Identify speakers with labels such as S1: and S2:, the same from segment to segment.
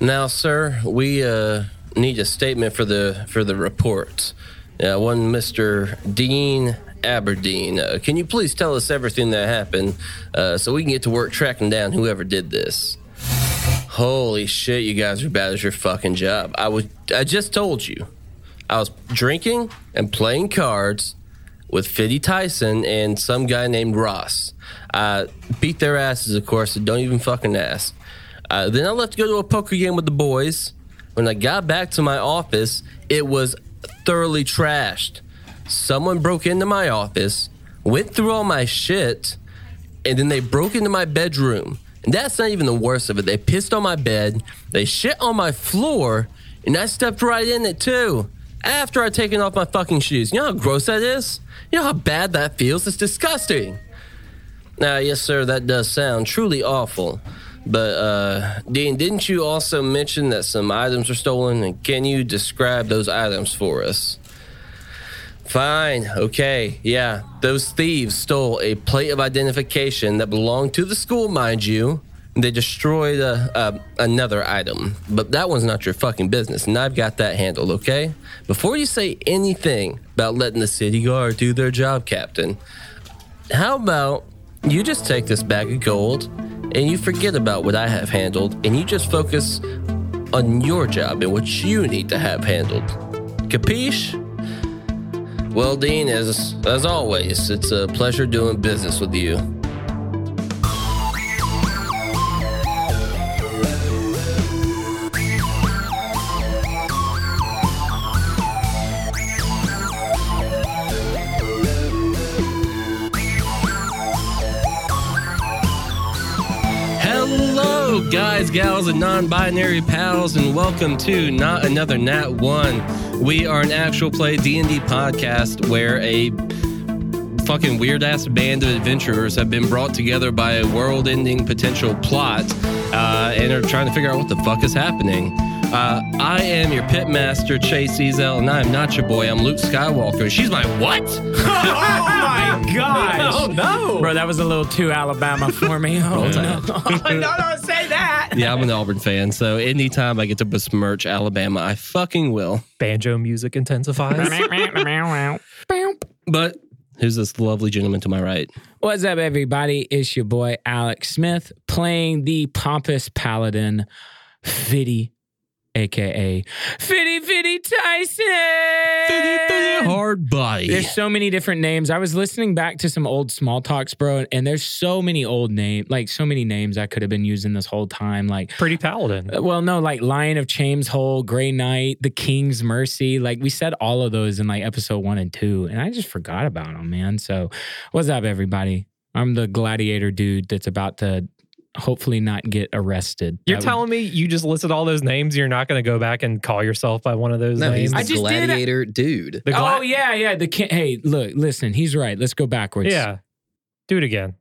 S1: Now, sir, we uh, need a statement for the for the reports. Uh, one Mr. Dean Aberdeen. Uh, can you please tell us everything that happened uh, so we can get to work tracking down whoever did this? Holy shit, you guys are bad at your fucking job. I was I just told you. I was drinking and playing cards with Fiddy Tyson and some guy named Ross. I beat their asses, of course, so don't even fucking ask. Uh, then I left to go to a poker game with the boys. When I got back to my office, it was thoroughly trashed. Someone broke into my office, went through all my shit, and then they broke into my bedroom. And that's not even the worst of it. They pissed on my bed, they shit on my floor, and I stepped right in it too. After I'd taken off my fucking shoes. You know how gross that is? You know how bad that feels? It's disgusting. Now, yes, sir, that does sound truly awful. But, uh, Dean, didn't you also mention that some items were stolen? And can you describe those items for us? Fine. Okay. Yeah. Those thieves stole a plate of identification that belonged to the school, mind you. They destroyed a, a, another item, but that one's not your fucking business, and I've got that handled, okay? Before you say anything about letting the city guard do their job, Captain, how about you just take this bag of gold and you forget about what I have handled and you just focus on your job and what you need to have handled? Capiche? Well, Dean, as, as always, it's a pleasure doing business with you. Hello, guys, gals, and non binary pals, and welcome to Not Another Nat 1. We are an actual play D&D podcast where a fucking weird ass band of adventurers have been brought together by a world ending potential plot uh, and are trying to figure out what the fuck is happening. Uh, I am your pit master, Chase Ezel, and I'm not your boy. I'm Luke Skywalker. She's my what?
S2: Oh my gosh.
S3: Oh, no.
S2: Bro, that was a little too Alabama for me. Oh,
S1: Yeah.
S3: no,
S2: no.
S3: don't say that.
S1: Yeah, I'm an Auburn fan, so anytime I get to besmirch Alabama, I fucking will.
S4: banjo music intensifies.
S1: But who's this lovely gentleman to my right?
S2: What's up, everybody? It's your boy, Alex Smith, playing the pompous paladin, Fiddy, a.k.a. Fiddy Fiddy Tyson.
S1: Hard body.
S2: There's so many different names. I was listening back to some old small talks, bro, and there's so many old names, like so many names I could have been using this whole time. Like,
S4: Pretty paladin.
S2: well, no, like Lion of Chames Hole, Grey Knight, The King's Mercy. Like we said all of those in like episode one and two, and I just forgot about them, man. So, what's up, everybody? I'm the gladiator dude that's about to hopefully not get arrested.
S4: You're
S2: That would-
S4: telling me you just listed all those names. You're not going to go back and call yourself by one of those
S5: No, he's
S4: names.
S5: the
S2: I just did-
S5: gladiator dude.
S4: The gla-
S2: oh yeah, yeah. The king. Hey, look, listen. He's right. Let's go backwards.
S4: yeah. Do it again.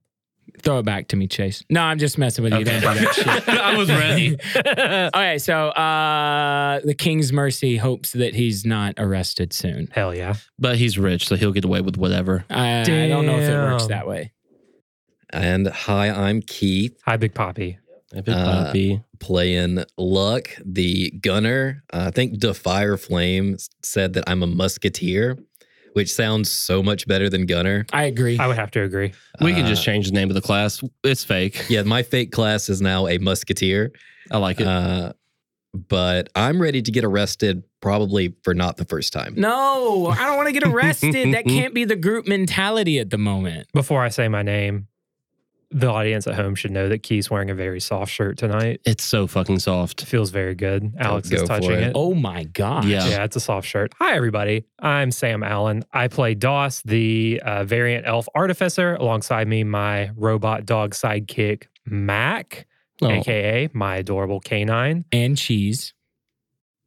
S2: Throw it back to me, Chase. No, I'm just messing with you.
S1: Okay.
S2: Don't do that shit.
S1: I was ready.
S2: All right, so uh, the King's Mercy hopes that he's not arrested soon.
S4: Hell yeah.
S1: But he's rich, so he'll get away with whatever.
S2: I, I don't know if it works
S4: Damn.
S2: that way.
S5: And hi, I'm Keith,
S4: Hi, Big Poppy.
S1: If it
S5: Uh,
S1: might be.
S5: playing Luck, the gunner. Uh, I think Defire Flame s- said that I'm a musketeer, which sounds so much better than gunner.
S2: I agree.
S4: I would have to agree.
S1: We can
S5: Uh,
S1: just change the name of the class. It's fake.
S5: Yeah, my fake class is now a musketeer.
S1: I like it.
S5: Uh, but I'm ready to get arrested, probably for not the first time.
S2: no, I don't want to get arrested. that can't be the group mentality at the moment.
S4: Before I say my name, the audience at home should know that Keith's wearing a very soft shirt tonight.
S1: it's so fucking soft.
S4: It feels very good. Alex
S5: go
S4: is
S5: for
S4: touching
S5: it.
S4: it.
S2: Oh my gosh.
S1: Yeah.
S4: Yeah, it's a soft shirt. Hi, everybody. I'm Sam Allen. I play Doss, the uh, variant elf artificer. Alongside me, my robot dog sidekick, Mac,
S1: Oh.
S4: aka my adorable canine.
S2: And cheese.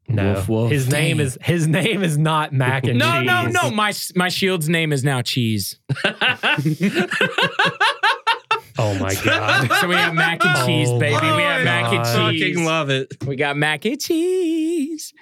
S4: No,
S1: Woof, woof.
S4: his name
S2: Dang.
S4: is his name is not Mac and
S2: No,
S4: Cheese.
S2: no, no. My my shield's name is now cheese.
S4: Oh my god.
S2: So we have mac and cheese,
S4: Oh
S2: baby. We
S4: my
S2: have mac and
S4: God.
S2: cheese.
S1: Fucking love it.
S2: We got mac and cheese.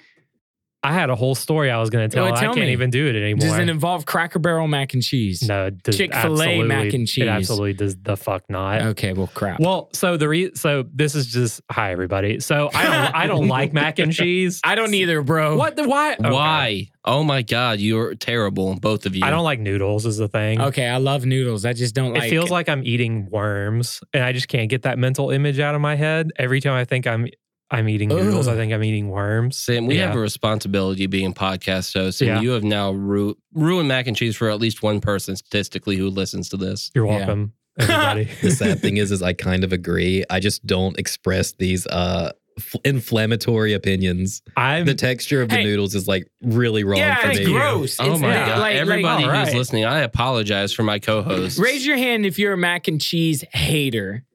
S4: I had a whole story I was going to tell.
S2: Oh,
S4: and I
S2: tell
S4: can't
S2: me.
S4: even do it anymore.
S2: Does it involve Cracker Barrel mac and cheese?
S4: no, it does
S2: Chick-fil-A
S4: absolutely-
S2: mac and cheese?
S4: It absolutely does the fuck not.
S2: Okay, well, crap.
S4: Well, so the re- so this is just hi everybody. So I don't I don't like mac and cheese.
S2: I don't either, bro.
S4: What the why? okay.
S1: Why? Oh my God, you're terrible, both of you.
S4: I don't like noodles is the thing.
S2: Okay, I love noodles. I just don't like.
S4: it feels like I'm eating worms, and I just can't get that mental image out of my head. Every time I think I'm I'm eating noodles,
S2: Ugh.
S4: I think I'm eating worms.
S1: Sam, we
S4: Yeah.
S1: have a responsibility being podcast hosts, and
S4: Yeah.
S1: you have now ru- ruined mac and cheese for at least one person statistically who listens to this.
S4: You're
S2: Yeah.
S4: welcome, everybody.
S5: the sad thing is, is I kind of agree. I just don't express these uh f- inflammatory opinions.
S4: I'm
S5: The texture of the
S2: Mm-hmm. Hey.
S5: noodles is like really wrong
S2: yeah,
S5: for
S2: it's
S5: me.
S2: gross.
S1: Oh
S2: It's
S1: my
S2: not-
S1: God.
S2: like- like-
S1: Everybody
S4: alright.
S1: who's listening, I apologize for my co hosts.
S2: Raise your hand if you're a mac and cheese hater.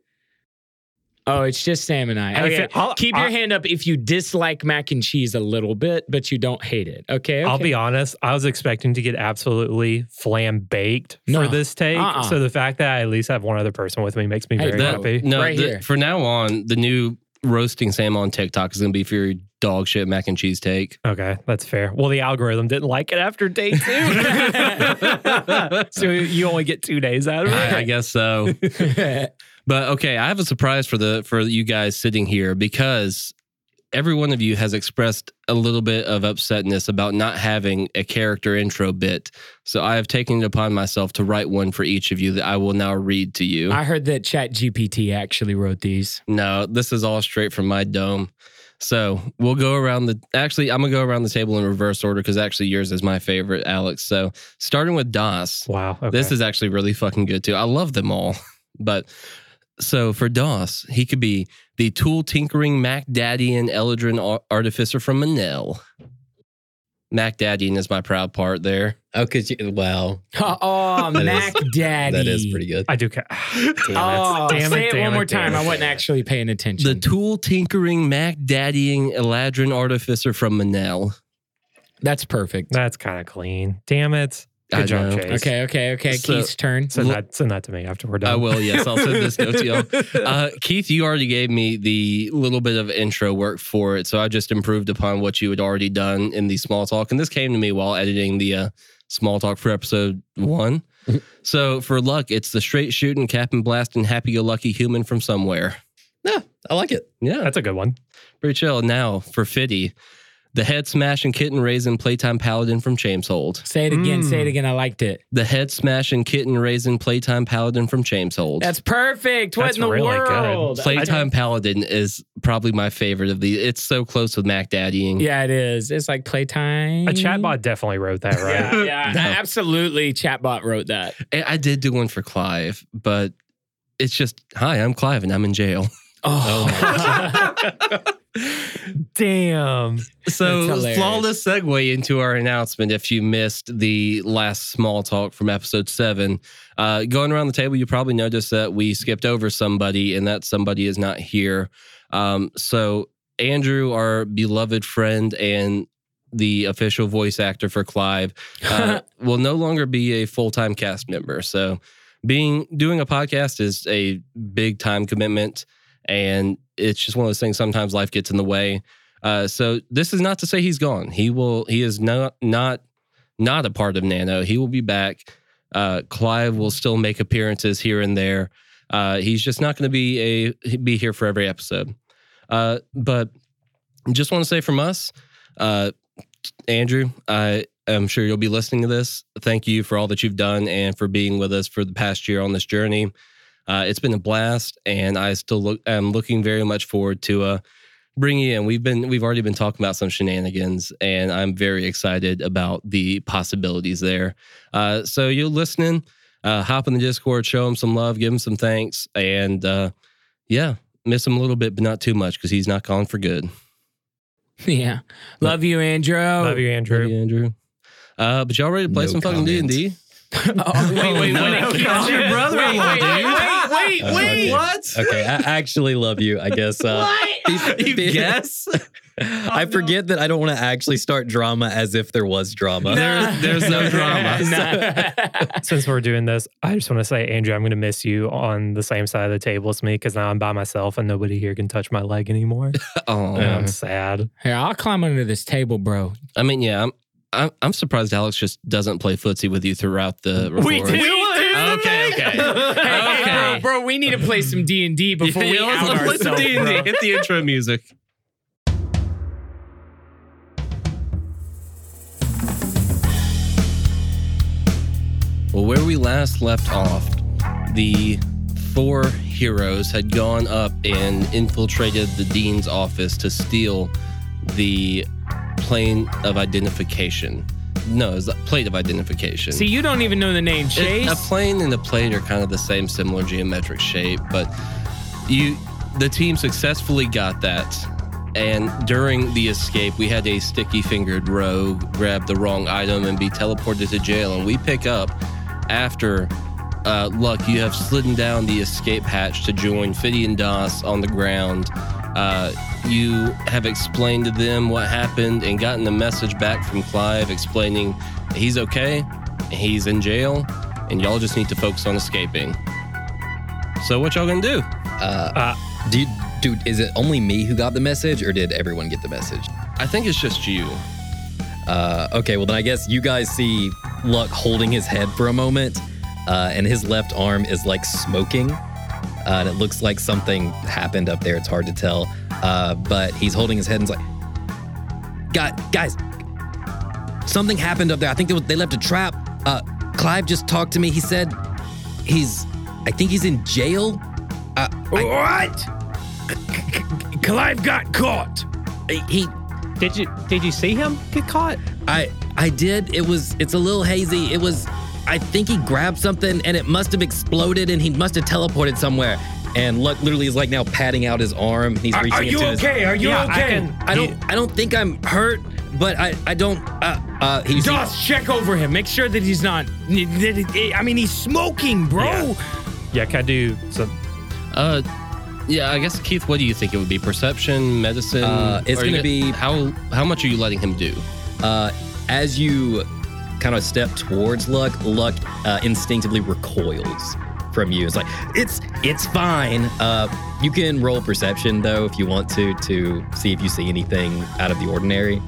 S2: Oh, it's just Sam and I.
S4: I
S2: Okay. uh,
S4: feel- I'll-
S2: Keep your
S4: I-
S2: hand up if you dislike mac and cheese a little bit, but you don't hate it. Okay.
S4: I'll
S2: okay.
S4: be honest. I was expecting to get absolutely flam baked
S2: No.
S4: for this take.
S2: Uh-uh.
S4: So the fact that I at least have one other person with me makes me
S2: Hey,
S4: very
S2: bro.
S4: happy.
S1: No,
S2: Right
S1: the-
S2: here.
S1: for now on, the new roasting Sam on TikTok is going to be for your dog shit mac and cheese take.
S4: Okay, that's fair. Well, the algorithm didn't like it after day two. so you only get two days out of
S1: I, I
S4: it.
S1: guess so. But okay, I have a surprise for the for you guys sitting here because every one of you has expressed a little bit of upsetness about not having a character intro bit. So I have taken it upon myself to write one for each of you that I will now read to you.
S2: I heard that Chat GPT actually wrote these.
S1: no, this is all straight from my dome. So we'll go around the. Actually, I'm gonna go around the table in reverse order because actually yours is my favorite, Alex. So starting with Das.
S4: Wow. Okay.
S1: This is actually really fucking good too. I love them all. But so for Doss, he could be the tool tinkering Mac Daddy and Eldrin ar- artificer from Manel. Mac Daddy is my proud part there.
S5: Oh, could you? Wow,
S2: Oh,
S5: That is-
S2: Mac Daddy.
S5: that is pretty good.
S4: I do. Ca-
S2: Oh,
S4: Damn it,
S2: say it
S4: damn
S2: one more
S4: damn
S2: time. I
S4: it,
S2: wasn't
S4: damn it.
S2: actually paying attention.
S1: The tool tinkering Mac Daddying Eladrin artificer from Manel.
S2: That's perfect.
S4: That's kind of clean. Damn it. Good
S1: I
S4: job,
S1: know.
S4: Chase.
S2: Okay, okay, okay.
S1: So-
S2: Keith's turn.
S4: Send
S1: Look-
S4: that, send that to me after we're done.
S1: I will, yes. I'll send this note to y'all. Uh, Keith, you already gave me the little bit of intro work for it, so I just improved upon what you had already done in the small talk. And this came to me while editing the uh, small talk for episode one. so for luck, it's the straight shooting, cap and blasting, happy go lucky human from somewhere.
S5: I like it.
S1: Yeah,
S4: That's a good one.
S1: pretty chill. Now for Fiddy, the head smash and kitten raisin playtime paladin from Chameshold.
S2: Say it again. Say it
S4: Mm.
S2: again. I liked it.
S1: The head smash and kitten raisin playtime paladin from Chameshold.
S2: That's perfect. What
S4: That's
S2: in the
S4: really good.
S2: world?
S1: Playtime Paladin is probably my favorite of the. It's so close with Mac Daddying.
S2: Yeah, it is. It's like playtime.
S4: A chatbot definitely wrote that, right?
S2: Yeah, yeah.
S1: No.
S2: Absolutely. Chatbot wrote that.
S1: And I did do one for Clive, but it's just hi, I'm Clive and I'm in jail.
S2: Oh,
S4: Damn.
S1: So
S2: That's hilarious.
S1: flawless segue into our announcement. If you missed the last small talk from episode seven, uh, going around the table, you probably noticed that we skipped over somebody, and that somebody is not here. Um, so Andrew, our beloved friend and the official voice actor for Clive, uh, will no longer be a full time cast member. So, being doing a podcast is a big time commitment, and it's just one of those things. Sometimes life gets in the way. Uh, so this is not to say he's gone. He will. He is not not not a part of Nano. He will be back. Uh, Clive will still make appearances here and there. Uh, he's just not going to be a be here for every episode. Uh, but just want to say from us, uh, Andrew, I am sure you'll be listening to this. Thank you for all that you've done and for being with us for the past year on this journey. Uh, it's been a blast, and I still look am looking very much forward to uh, bringing you in. We've been we've already been talking about some shenanigans, and I'm very excited about the possibilities there. Uh, so you're listening. Uh, hop in the Discord, show him some love, give him some thanks, and uh, yeah, miss him a little bit, but not too much because he's not gone for good.
S2: yeah. Love you, Andrew.
S4: Love you, Andrew.
S1: Love you, Andrew. Uh, but y'all ready to play
S5: No
S1: some fucking D and
S5: comment.
S1: D?
S2: Oh, wait, wait, wait.
S1: No,
S2: wait.
S1: no,
S2: Keith's
S1: no.
S2: your brother-in-law,
S1: Wait, wait,
S2: dude. Wait,
S5: Uh,
S2: wait, wait.
S5: okay. Okay, I actually love you. I guess. Uh,
S2: What?
S5: be- be-
S1: guess?
S5: I forget that I don't want to actually start drama as if there was drama.
S2: There-
S5: there's no drama.
S2: Nah.
S4: Since we're doing this, I just want to say, Andrew, I'm going to miss you on the same side of the table as me because now I'm by myself and nobody here can touch my leg anymore.
S5: Oh.
S4: And I'm sad.
S2: Here, I'll climb under this table, bro.
S1: I mean, yeah, I'm, I'm I'm surprised Alex just doesn't play footsie with you throughout the. Report. Okay, okay.
S2: Hey, hey,
S1: Okay.
S2: bro, bro, we need to play some D and D before we
S1: Yeah,
S2: out
S1: let's play some
S2: ourselves,
S1: D&D.
S2: bro.
S1: Hit the intro music. Well, where we last left off, the four heroes had gone up and infiltrated the dean's office to steal the plane of identification. No, it's a plate of identification.
S2: See, you don't even know the name
S1: It-
S2: Chase.
S1: a plane and a plate are kind of the same, similar geometric shape, but you, the team successfully got that. And during the escape, we had a sticky fingered rogue grab the wrong item and be teleported to jail. And we pick up after uh, Luck, you have slidden down the escape hatch to join Fiddy and Das on the ground. Uh, you have explained to them what happened and gotten a message back from Clive explaining he's okay, he's in jail, and y'all just need to focus on escaping. So, what y'all gonna do?
S5: Uh,
S4: Uh,
S5: do you, dude, is it only me who got the message, or did everyone get the message?
S1: I think it's just you.
S5: Uh, okay, well then I guess you guys see Luck holding his head for a moment, uh, and his left arm is like smoking, uh, and it looks like something happened up there. It's hard to tell, uh, but he's holding his head and's like, "Guy, guys, something happened up there. I think they, they left a trap. Uh, Clive just talked to me. He said he's, I think he's in jail. Uh, I,
S2: what? Clive got caught.
S5: he,
S4: did you did you see him get caught?
S5: I I did. It was it's a little hazy. It was I think he grabbed something and it must have exploded and he must have teleported somewhere. And Luck literally is like now patting out his arm. He's reaching into his.
S2: Are you
S4: Yeah, I can-
S5: I don't I don't think I'm hurt, but I I don't uh uh he's
S2: Doss, check over him. Make sure that he's not. I mean, he's smoking, bro. Oh
S4: Yeah. Yeah, can I do some?
S1: Uh, yeah, I guess Keith, what do you think it would be? Perception, medicine?
S5: Uh, it's
S1: Are you
S5: gonna be-
S1: how how much are you letting him do?
S5: uh as you kind of step towards Luck, Luck uh, instinctively recoils from you. It's like it's it's fine. Uh you can roll perception though if you want to to see if you see anything out of the ordinary.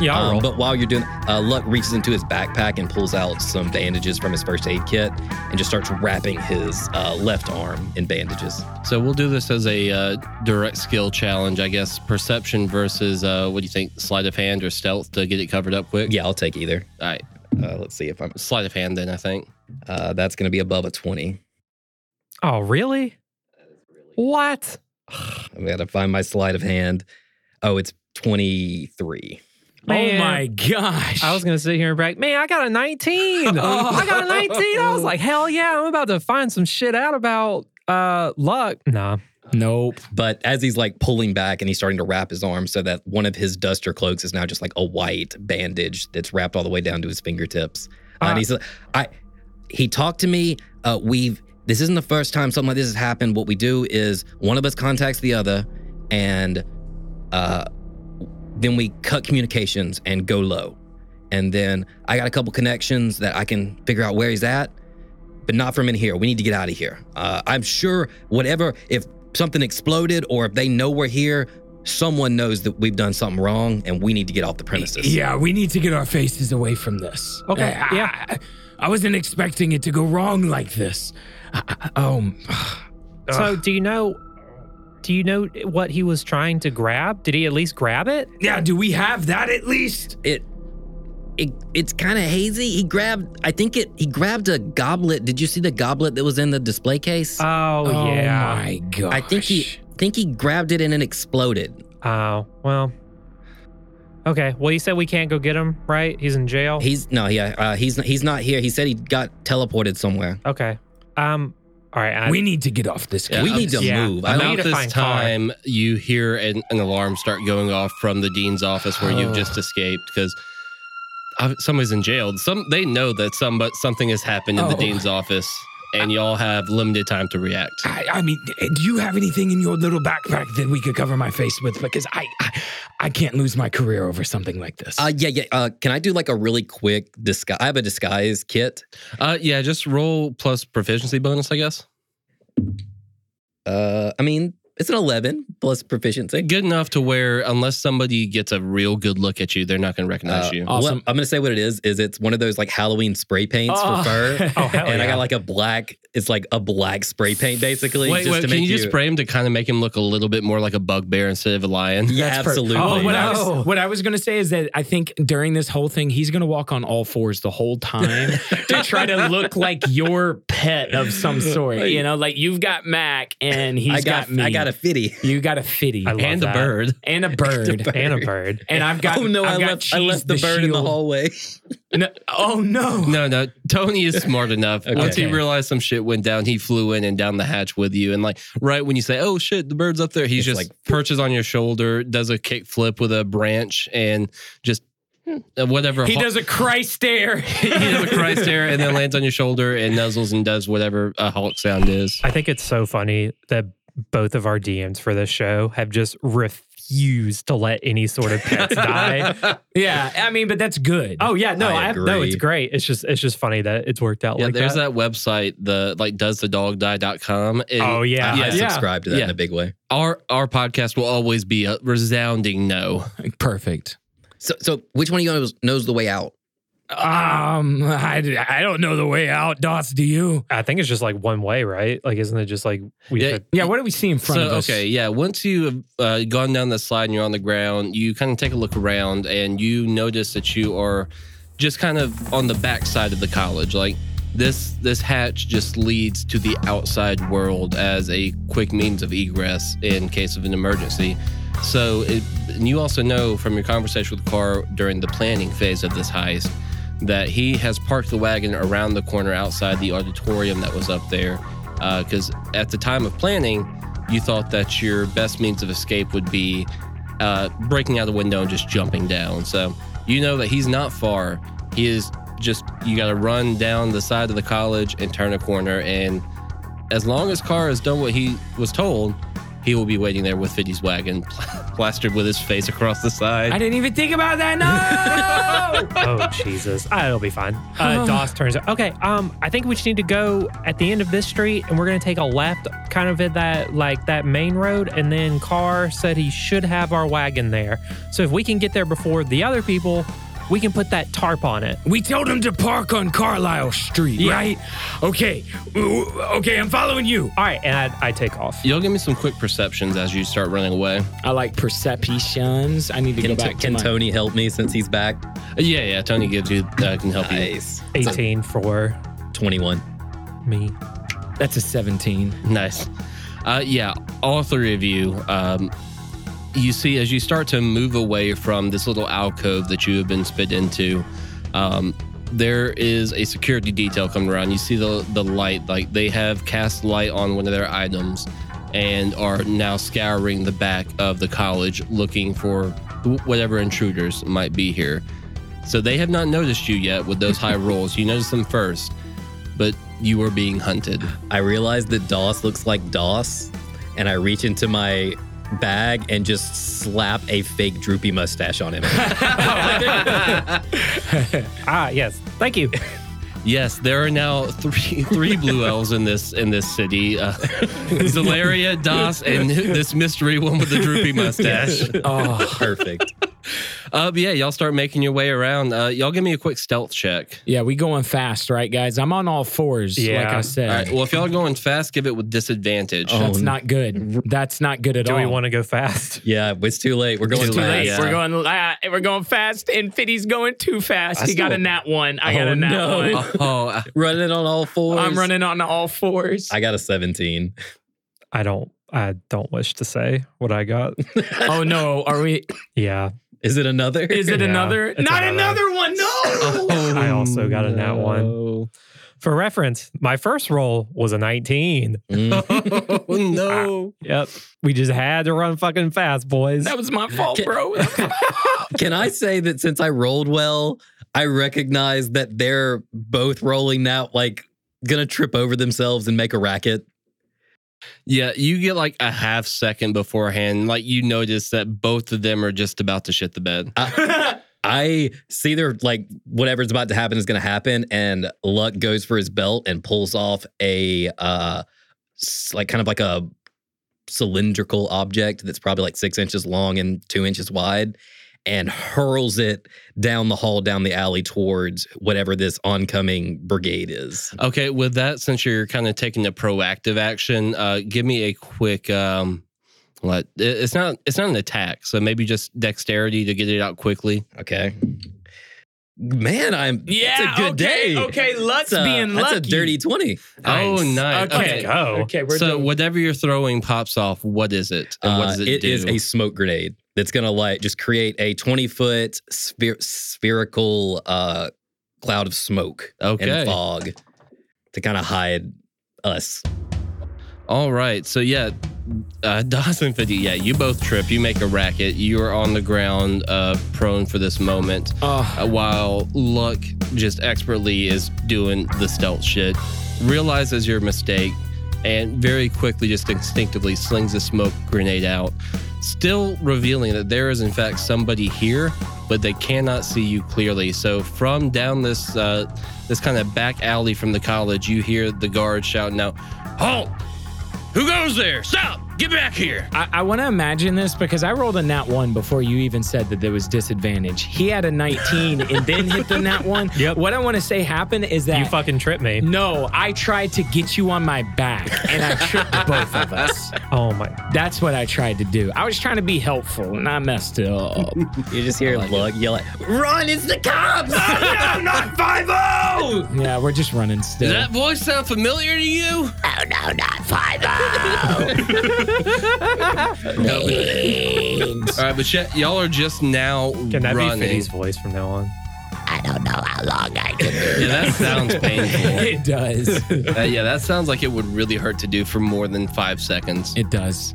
S4: Yeah, I'll
S5: Um,
S4: roll.
S5: But while you're doing, uh, Luck reaches into his backpack and pulls out some bandages from his first aid kit, and just starts wrapping his uh, left arm in bandages.
S1: So we'll do this as a uh, direct skill challenge, I guess. Perception versus uh, what do you think? Sleight of hand or stealth to get it covered up quick.
S5: Yeah, I'll take either.
S1: All right,
S5: Uh, let's see if I'm.
S1: sleight of hand then. I think.
S5: Uh, that's going to be above a twenty.
S4: oh, really? What?
S5: I got to find my sleight of hand. Oh, it's twenty-three.
S2: Oh
S4: Man.
S2: my gosh.
S4: I was gonna sit here and brag, man, I got a 19. I got a 19. I was like, hell yeah, I'm about to find some shit out about uh luck. Nah.
S2: Nope.
S5: But as he's like pulling back and he's starting to wrap his arm, so that one of his duster cloaks is now just like a white bandage that's wrapped all the way down to his fingertips. Uh,
S4: Ah.
S5: and he's like, I, he talked to me. Uh, we've, this isn't the first time something like this has happened. What we do is one of us contacts the other and uh, then we cut communications and go low. And then I got a couple connections that I can figure out where he's at, but not from in here. We need to get out of here. Uh, I'm sure whatever, if something exploded or if they know we're here, someone knows that we've done something wrong and we need to get off the premises.
S2: Yeah, we need to get our faces away from this.
S4: Okay,
S2: I-
S4: yeah.
S2: I, I wasn't expecting it to go wrong like this. I- I- Um.
S4: So do you know do you know what he was trying to grab? Did he at least grab it?
S2: Yeah, do we have that at least?
S5: It, it it's kind of hazy. He grabbed, I think it, he grabbed a goblet. Did you see the goblet that was in the display case?
S4: Oh,
S1: Uh,
S4: yeah.
S2: Oh my gosh.
S5: I think he, think he grabbed it and it exploded.
S4: Oh, well. Okay. Well, you said we can't go get him, right? He's in
S1: Oh.
S4: jail.
S5: He's no, yeah, uh, he's he's not here. He said he got teleported somewhere.
S4: okay. Um all right. I,
S2: We need to get off this.
S1: Yeah,
S5: we
S1: I'm-
S5: need to
S4: yeah,
S5: move. I
S4: I'm
S5: don't,
S4: need
S1: About
S4: to
S1: this
S4: find Carl.
S1: time, you hear an, an alarm start going off from the dean's office where you've
S5: Oh.
S1: just escaped because somebody's in jail. Some they know that some something has happened in the
S2: Oh.
S1: dean's office, and y'all have limited time to react.
S6: I, I mean, do you have anything in your little backpack that we could cover my face with? Because I, I, I can't lose my career over something like this.
S5: Uh, yeah, yeah. Uh, can I do like a really quick disguise? I have a disguise kit.
S1: Uh, yeah, just roll plus proficiency bonus, I guess.
S5: Uh, I mean, it's an 11 plus proficiency. Uh,
S1: Good enough to where unless somebody gets a real good look at you, they're not going to recognize
S5: Uh,
S1: you.
S5: what-
S2: Awesome.
S5: I'm gonna say what it is. Is it's one of those like Halloween spray paints
S2: Oh.
S5: for fur,
S4: Oh, hell
S5: and
S4: yeah.
S5: I got like a black. It's like a black spray paint basically.
S1: Wait,
S5: just
S1: wait,
S5: to
S1: can
S5: make
S1: you just spray him to kind of make him look a little bit more like a bugbear instead of a lion?
S5: Yeah,
S2: That's per-
S5: absolutely.
S2: Oh, what, I
S4: No.
S2: was, what I was going to say is that I think during this whole thing, he's going to walk on all fours the whole time to try to look like your pet of some sort. You know, like you've got Mac and he's
S5: I got,
S2: me.
S5: I got a fitty.
S2: you got a fitty
S4: I love
S1: And a
S4: that.
S1: bird.
S2: and a bird.
S4: and a bird.
S2: And I've got
S5: oh no,
S2: I've
S5: I
S2: got
S5: left, I
S2: Cheese
S5: left the, bird in the
S2: Shield.
S5: hallway.
S2: No- oh no.
S1: No, no. Tony is smart enough. Once he
S2: Okay.
S1: realized some shit went down, he flew in and down the hatch with you. And like right when you say, "Oh shit, the bird's up there," he
S5: It's
S1: just
S5: like-
S1: perches on your shoulder, does a kick flip with a branch, and just uh, whatever.
S2: He
S1: ho-
S2: does a Christ stare.
S1: he does a Christ stare and then lands on your shoulder and nuzzles and does whatever a Hulk sound is.
S4: I think it's so funny that both of our DMs for this show have just refused to let any sort of pets die.
S2: yeah, I mean, but that's good.
S4: Oh yeah, no,
S5: I
S4: I no,
S5: agree.
S4: it's great. It's just it's just funny that it's worked out
S1: Yeah,
S4: like
S1: there's
S4: that.
S1: that. website, the like does the dog die.com. And
S4: oh yeah.
S5: I, I
S1: Yeah.
S5: subscribe to that in
S1: Yeah.
S5: a big way.
S1: our our podcast will always be a resounding no.
S2: perfect.
S5: So, so which one of you knows, knows the way out?
S2: Um, I, I don't know the way out, Dots. Do you?
S4: I think it's just like one way, right? Like isn't it just like we
S1: Yeah.
S4: could-
S2: Yeah, what do we see in front
S1: so,
S2: of us?
S1: Okay, yeah. Once you've uh, gone down the slide and you're on the ground, you kind of take a look around and you notice that you are just kind of on the backside of the college. Like this, this hatch just leads to the outside world as a quick means of egress in case of an emergency. So, it, and you also know from your conversation with Carr during the planning phase of this heist that he has parked the wagon around the corner outside the auditorium that was up there. Because at the time of planning, you thought that your best means of escape would be uh, breaking out the window and just jumping down. So you know that he's not far. He is just, you got to run down the side of the college and turn a corner. And as long as Carr has done what he was told, he will be waiting there with Fiddy's wagon plastered with his face across the side.
S2: I didn't even think about that. No.
S4: oh Jesus. Ah, it'll be fine. Uh, Doss turns out. Okay, um, I think we just need to go at the end of this street and we're gonna take a left kind of at that like that main road and then Carr said he should have our wagon there. So if we can get there before the other people, we can put that tarp on it.
S2: we told him to park on Carlisle Street, right? Okay. Ooh, Okay, I'm following you.
S4: All right, and I, I take off.
S1: You'll give me some quick perceptions as you start running away.
S2: I like perceptions. I need to
S5: Can,
S2: go back to
S5: can
S2: my-
S5: Tony help me since he's back?
S1: Yeah, yeah. Tony gives you uh, can help
S5: Nice.
S4: 18 for
S5: 21.
S4: me.
S2: That's a 17.
S1: you. Nice. Uh, yeah, all three of you. Um, you see, as you start to move away from this little alcove that you have been spit into, um, there is a security detail coming around. You see the the light, like they have cast light on one of their items, and are now scouring the back of the college looking for wh- whatever intruders might be here. So they have not noticed you yet with those high rolls. You noticed them first, but you are being hunted.
S5: I realize that DOS looks like DOS, and I reach into my bag and just slap a fake droopy mustache on him.
S4: Ah, yes. Thank you.
S1: Yes, there are now three three blue elves in this in this city: uh, Zelaria, Das, and this mystery one with the droopy mustache.
S2: Oh,
S5: Perfect.
S1: Uh, but yeah, y'all start making your way around. Uh, y'all give me a quick stealth check.
S2: yeah, we going fast, right, guys? I'm on all fours, like
S4: Yeah.
S2: I said.
S1: All right. Well, if y'all are going fast, give it with disadvantage.
S5: Oh,
S2: That's not good. That's not good at
S4: Do
S2: all.
S4: we want to go fast?
S5: Yeah, it's too late. We're going
S1: Too
S5: too
S2: Too
S1: late,
S2: late.
S1: yeah.
S2: We're going la- we're going fast, and Fiddy's going too fast.
S5: I
S2: he got a
S5: still-
S2: nat one. I got
S5: Oh,
S2: a nat
S5: no.
S2: one.
S1: Oh, oh,
S5: Running on all fours.
S2: I'm running on all fours.
S5: I got a 17.
S4: I don't. I don't wish to say what I got.
S2: oh no, are we?
S4: Yeah.
S5: Is it another?
S2: Is it
S4: Yeah,
S2: another?
S4: it's
S2: Not
S4: another.
S2: another one. No.
S1: oh,
S4: I also got a nat one.
S5: Oh,
S4: For reference, my first roll was a 19.
S5: mm.
S1: oh, no!
S4: Yep. We just had to run fucking fast, boys.
S2: That was my fault, bro.
S5: Can I say that since I rolled well, I recognize that they're both rolling now like gonna trip over themselves and make a racket.
S1: Yeah, you get like a half second beforehand. Like you notice that both of them are just about to shit the bed.
S5: I, I see their like whatever's about to happen is gonna happen, and Luck goes for his belt and pulls off a uh s- like kind of like a cylindrical object that's probably like six inches long and two inches wide and hurls it down the hall, down the alley towards whatever this oncoming brigade is.
S1: Okay, with that, since you're kind of taking a proactive action, uh, give me a quick um, what? it- It's not it's not an attack, so maybe just dexterity to get it out quickly.
S5: Okay. Man, I'm yeah, it's a good
S2: okay,
S5: day.
S2: Okay, Lutz
S5: That's a,
S2: being
S5: that's
S2: lucky.
S5: a dirty 20.
S1: Oh, nice.
S4: Okay,
S1: Okay.
S4: go.
S3: Okay, we're
S1: So
S3: doing-
S1: whatever you're throwing pops off. What is it? And what
S5: Uh,
S1: does it,
S5: it
S1: do?
S5: is a smoke grenade that's gonna like just create a 20 foot spher- spherical uh, cloud of smoke
S1: okay.
S5: and fog to kind of hide us.
S1: All right. So yeah, uh, Dawson Fifty. Yeah, you both trip. You make a racket. You are on the ground, uh, prone for this moment,
S2: Oh,
S1: uh, while Luck just expertly is doing the stealth shit. Realizes your mistake, and very quickly, just instinctively slings a smoke grenade out, still revealing that there is in fact somebody here, but they cannot see you clearly. So from down this uh, this kind of back alley from the college, you hear the guard shouting out, "Halt! Who goes there? Stop! Get back here!"
S2: I, I want to imagine this because I rolled a nat one before you even said that there was disadvantage. He had a 19 and then hit the nat one.
S4: Yep.
S2: What I want to say happened is that
S4: You fucking tripped me.
S2: no, I tried to get you on my back and I tripped both of us.
S4: Oh my.
S2: That's what I tried to do. I was trying to be helpful and I messed it up.
S5: You just hear Lug yell at
S2: Run, it's the cops!
S3: I'm not five zero.
S2: yeah, we're just running still.
S1: Does that voice sound familiar to you? All right, but y- y'all are just now
S4: Can that
S1: running.
S4: be Fiddy's voice from now on?
S1: Yeah, that sounds painful.
S2: it does.
S1: Uh, yeah, that sounds like it would really hurt to do for more than five seconds.
S2: It does.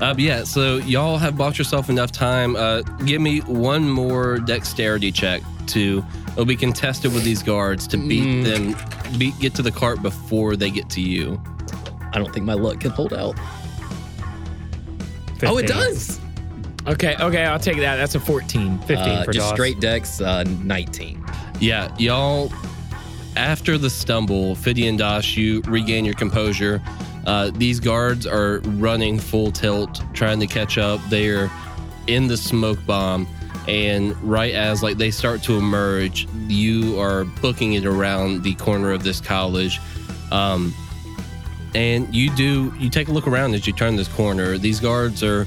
S1: Uh, but yeah, so y'all have bought yourself enough time. Uh, give me one more dexterity check to. It'll be contested with these guards to beat them, beat get to the cart before they get to you.
S5: I don't think my luck can hold out.
S4: 15.
S5: Oh, it does.
S2: Okay, okay, I'll take that. That's a 14.
S4: 15
S5: Uh,
S4: for
S5: just
S4: Doss.
S5: straight decks uh, 19.
S1: Yeah, y'all. After the stumble, Fiddy and Dash, you regain your composure. Uh, these guards are running full tilt, trying to catch up. They're in the smoke bomb, and right as like they start to emerge, you are booking it around the corner of this college. Um, and you do you take a look around as you turn this corner. These guards are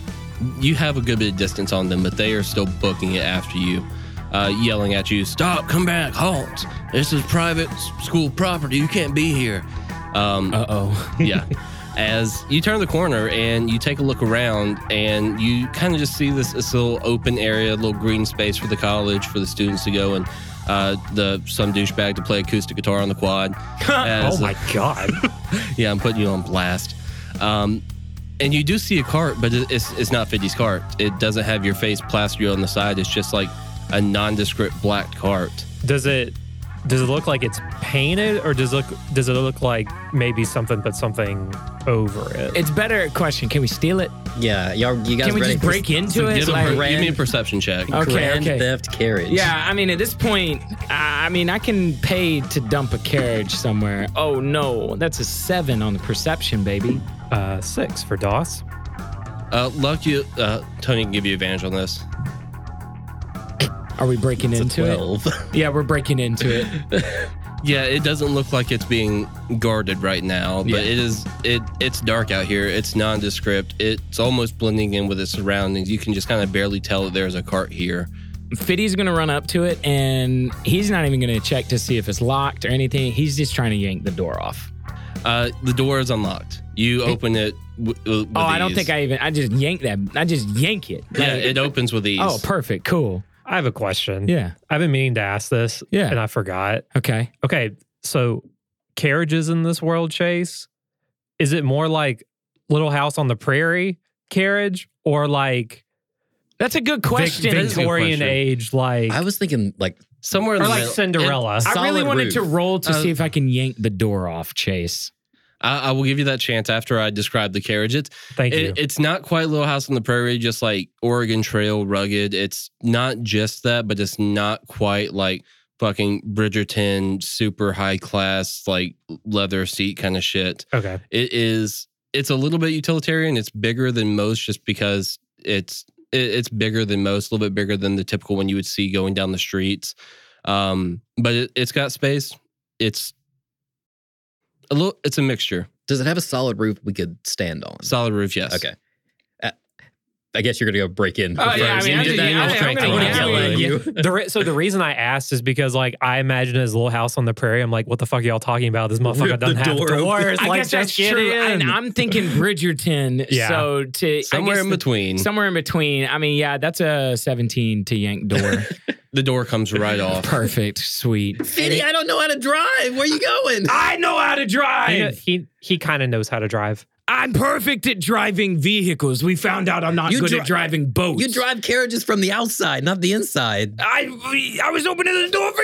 S1: you have a good bit of distance on them, but they are still booking it after you uh, yelling at you, "Stop! Come back! Halt! This is private s- school property. You can't be here." Um,
S2: Uh oh.
S1: yeah. As you turn the corner and you take a look around, and you kind of just see this, this little open area, little green space for the college for the students to go and uh, the some douchebag to play acoustic guitar on the quad.
S4: Oh
S1: As-
S4: my god.
S1: yeah, I'm putting you on blast. Um, and you do see a cart, but it- it's, it's not 50's cart. It doesn't have your face plastered on the side. It's just like a nondescript black cart.
S4: Does it does it look like it's painted or does it look does it look like maybe something but something over it?
S2: It's better question. Can we steal it?
S5: Yeah, y'all, you guys
S2: Can we
S5: ready
S2: just
S5: for
S2: break into it?
S1: Give, a per-
S2: Like-
S1: give me a
S5: grand-
S1: perception check.
S2: Okay,
S5: grand
S2: okay.
S5: theft carriage?
S2: Yeah, I mean, at this point, I I mean, I can pay to dump a carriage somewhere. Oh no, that's a seven on the perception, baby.
S4: Uh, six for DOS.
S1: Uh, lucky, uh, Tony can give you advantage on this.
S2: Are we breaking
S5: It's a
S2: into it?
S5: 12.
S2: Yeah, we're breaking into it.
S1: Yeah, it doesn't look like it's being guarded right now, but
S2: Yeah.
S1: it is. It it's dark out here. It's nondescript. It's almost blending in with its surroundings. You can just kind of barely tell that there's a cart here.
S2: Fiddy's gonna run up to it, and he's not even gonna check to see if it's locked or anything. He's just trying to yank the door off.
S1: Uh, the door is unlocked. You open it. W- w- with
S2: Oh, I don't
S1: ease.
S2: think I even. I just yank that. I just yank it.
S1: Yeah,
S2: Like-
S1: it opens with ease.
S2: oh, perfect. Cool.
S4: I have a question.
S2: Yeah.
S4: I've been meaning to ask this.
S2: Yeah.
S4: And I forgot.
S2: Okay.
S4: Okay, so carriages in this world chase, is it more like Little House on the Prairie carriage or like
S2: That's a good
S4: Vic-
S2: question.
S1: That is a good
S4: Victorian
S1: question.
S4: age like
S5: I was thinking like
S1: Somewhere in
S4: Or
S1: the
S4: like
S1: middle.
S4: Cinderella.
S5: And-
S2: I really
S5: Solid
S2: wanted to
S5: roof.
S2: roll to
S1: Uh,
S2: see if I can yank the door off Chase.
S1: I, I will give you that chance after I describe the carriage. It's
S4: Thank you.
S1: it, it's not quite Little House on the Prairie, just like Oregon Trail rugged. It's not just that, but it's not quite like fucking Bridgerton, super high class, like leather seat kind of shit.
S4: okay.
S1: It is. It's a little bit utilitarian. It's bigger than most, just because it's it, it's bigger than most, a little bit bigger than the typical one you would see going down the streets. Um, but it, it's got space. It's a little. It's a mixture.
S5: Does it have a solid roof we could stand on?
S1: Solid roof. Yes.
S5: Okay. Uh, I guess you're gonna go break in.
S2: Oh, yeah, I
S5: first.
S2: mean,
S5: You
S2: I
S5: did
S2: think- yeah,
S5: that in
S2: I think I'm
S5: Australia.
S2: gonna-
S5: I
S2: yeah,
S5: wouldn't
S2: I mean,
S5: yell at you.
S4: The re- so the reason I asked is because like I imagine his little house on the prairie. I'm like, what the fuck are y'all talking about? This motherfucker
S5: Rip the
S4: doesn't have
S5: door open.
S4: doors.
S2: I
S4: like,
S2: guess that's
S4: just get
S2: true.
S4: in.
S2: And I'm thinking Bridgerton.
S4: Yeah.
S2: So to I
S1: Somewhere
S2: guess
S1: in
S2: the-
S1: between,
S2: somewhere in between. I mean, yeah, that's a 17 to yank door.
S1: the door comes right off.
S2: Perfect. Sweet.
S5: Fiddy, I don't know how to drive. Where are you going?
S2: I know how to
S4: You know,
S2: drive.
S4: he he kind of knows how to drive.
S2: I'm perfect at driving vehicles. We found out I'm not
S5: You
S2: good
S5: dri-
S2: at driving boats.
S5: You drive carriages from the outside, not the inside.
S2: I I was opening the door for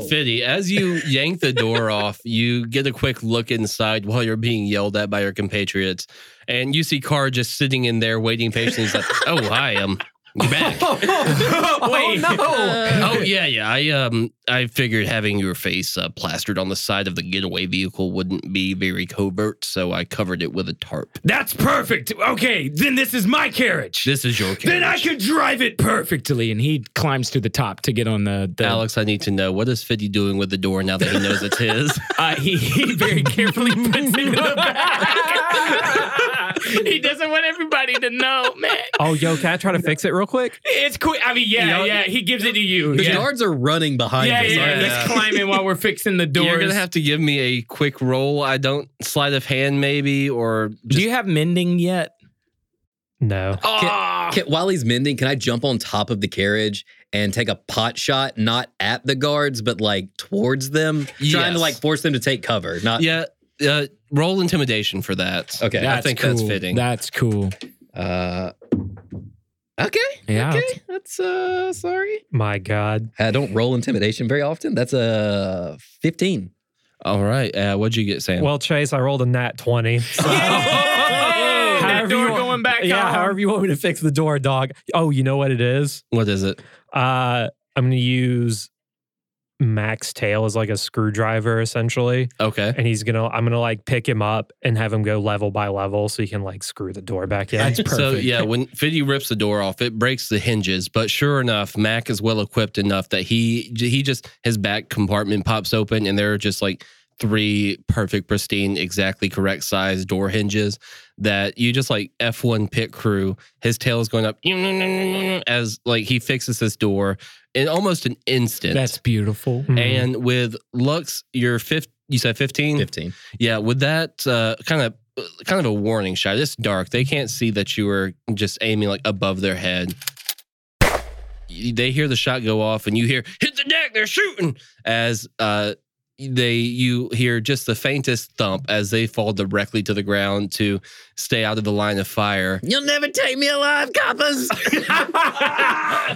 S1: But Fiddy, as you yank the door off, you get a quick look inside while you're being yelled at by your compatriots, and you see Carr just sitting in there waiting patiently. He's like, "Oh, hi, um, you back?
S2: Wait.
S1: oh yeah, yeah. I um, I figured having your face uh, plastered on the side of the getaway vehicle wouldn't be very covert, so I covered it with a tarp.
S2: That's perfect. Okay, then this is my carriage.
S1: This is your
S2: then I
S1: carriage.
S2: could drive it perfectly. And he climbs to the top to get on the. the
S1: Alex, I need to know what is Fiddy doing with the door now that he knows it's his.
S2: Uh, he, he very carefully puts it in the back. he doesn't want everybody to know, man.
S4: Oh, yo, can I try to fix it real quick?
S2: It's quick. I mean, yeah,
S1: You know-
S2: yeah. He gives it to you.
S5: The
S2: yeah.
S5: guards are running behind
S2: yeah,
S5: us.
S2: yeah,
S5: aren't
S2: yeah.
S5: they?
S2: Let's climb in while we're fixing the doors.
S1: You're gonna have to give me a quick roll. I don't sleight of hand, maybe, or
S2: Do you have mending yet?
S4: No.
S2: Oh,
S5: Can- while he's mending, can I jump on top of the carriage and take a pot shot, not at the guards, but like towards them, trying
S1: Yes.
S5: to like force them to take cover? Not
S1: yeah. Uh, roll intimidation for that.
S5: okay.
S1: I think that's fitting.
S2: That's cool.
S5: Uh, okay.
S1: Oh,
S2: Yeah.
S5: Okay. That's uh. Sorry.
S4: My God.
S5: I don't roll intimidation very often. That's a uh, fifteen.
S1: All right. Uh, what'd you get, Sam?
S4: Well, Chase, I rolled a nat 20. So.
S2: That
S4: However
S2: door
S4: you want-
S2: going back
S4: Yeah,
S2: on.
S4: however you want me to fix the door, dog. Oh, you know what it is?
S1: what is it?
S4: Uh, I'm going to use Max Tail as like a screwdriver, essentially.
S1: Okay.
S4: And he's going to, I'm going to like pick him up and have him go level by level so he can like screw the door back in.
S2: That's perfect.
S1: So yeah, when Fiddy rips the door off, it breaks the hinges. But sure enough, Mac is well equipped enough that he he just his back compartment pops open, and there are just like three perfect, pristine, exactly correct size door hinges that you just like F one pit crew. His tail is going up as like he fixes this door in almost an instant.
S2: That's mm-hmm. beautiful.
S4: Mhm.
S1: and with Lux, your fifth. You said 15?
S5: Fifteen.
S1: Yeah, with that uh, kind of kind of a warning shot. It's dark. They can't see that you were just aiming like above their head. You- They hear the shot go off, and you hear hit the deck. They're shooting as uh, they you hear just the faintest thump as they fall directly to the ground to stay out of the line of fire.
S5: You'll never take me alive, coppers.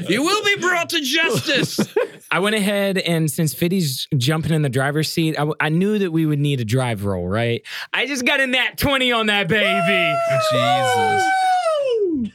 S1: You will be brought to justice.
S2: I went ahead and since Fiddy's jumping in the driver's seat, I, w- I knew that we would need a drive roll, right? I just got a nat 20 on that baby.
S1: Jesus.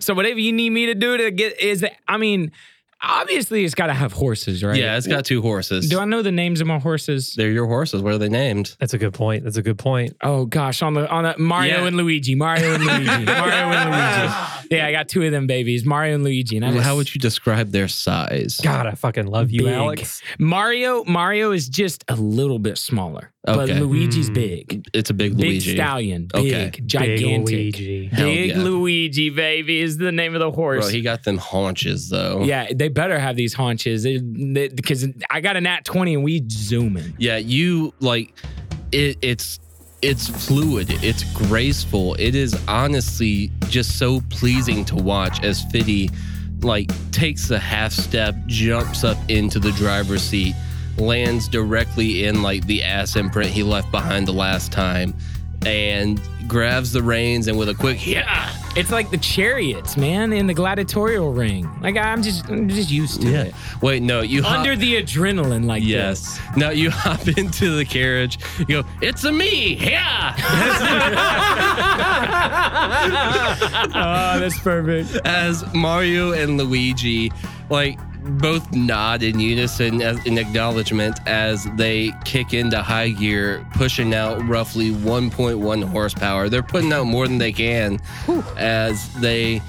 S2: So whatever you need me to do to get is, I mean, obviously it's got to have horses, right?
S1: Yeah, it's got two horses.
S2: Do I know the names of my horses?
S1: They're your horses. What are they named?
S4: That's a good point. That's a good point.
S2: Oh gosh, on the on the Mario
S1: Yeah.
S2: and Luigi, Mario and Luigi, Mario and Luigi. Yeah, I got two of them babies, Mario and Luigi. And I just,
S1: How would you describe their size?
S4: God, I fucking love you,
S2: Big.
S4: Alex.
S2: Mario? Mario is just a little bit smaller, but
S1: Okay.
S2: Luigi's
S4: Mm.
S2: big,
S1: It's a big,
S2: big
S1: Luigi.
S2: stallion, big,
S1: Okay.
S2: gigantic.
S4: Big Luigi.
S1: Hell
S2: Big
S1: yeah.
S2: Luigi, baby, is the name of the horse.
S1: Bro, he got them haunches though.
S2: yeah, they better have these haunches because I got a nat 20 and we zooming.
S1: Yeah, you like it it's it's fluid, it's graceful. It is honestly just so pleasing to watch as Fiddy like takes a half step, jumps up into the driver's seat, lands directly in like the ass imprint he left behind the last time, and grabs the reins and with a quick yeah
S2: It's like the chariots, man, in the gladiatorial ring. Like I'm just, I'm just used to it.
S1: Wait, no, you hop-
S2: Under the adrenaline, like this.
S1: Yes. Now you hop into the carriage. You go, it's a me. Yeah.
S2: Oh, that's perfect.
S1: As Mario and Luigi, like, both nod in unison as in acknowledgement as they kick into high gear, pushing out roughly 1.1 horsepower. They're putting out more than they can as they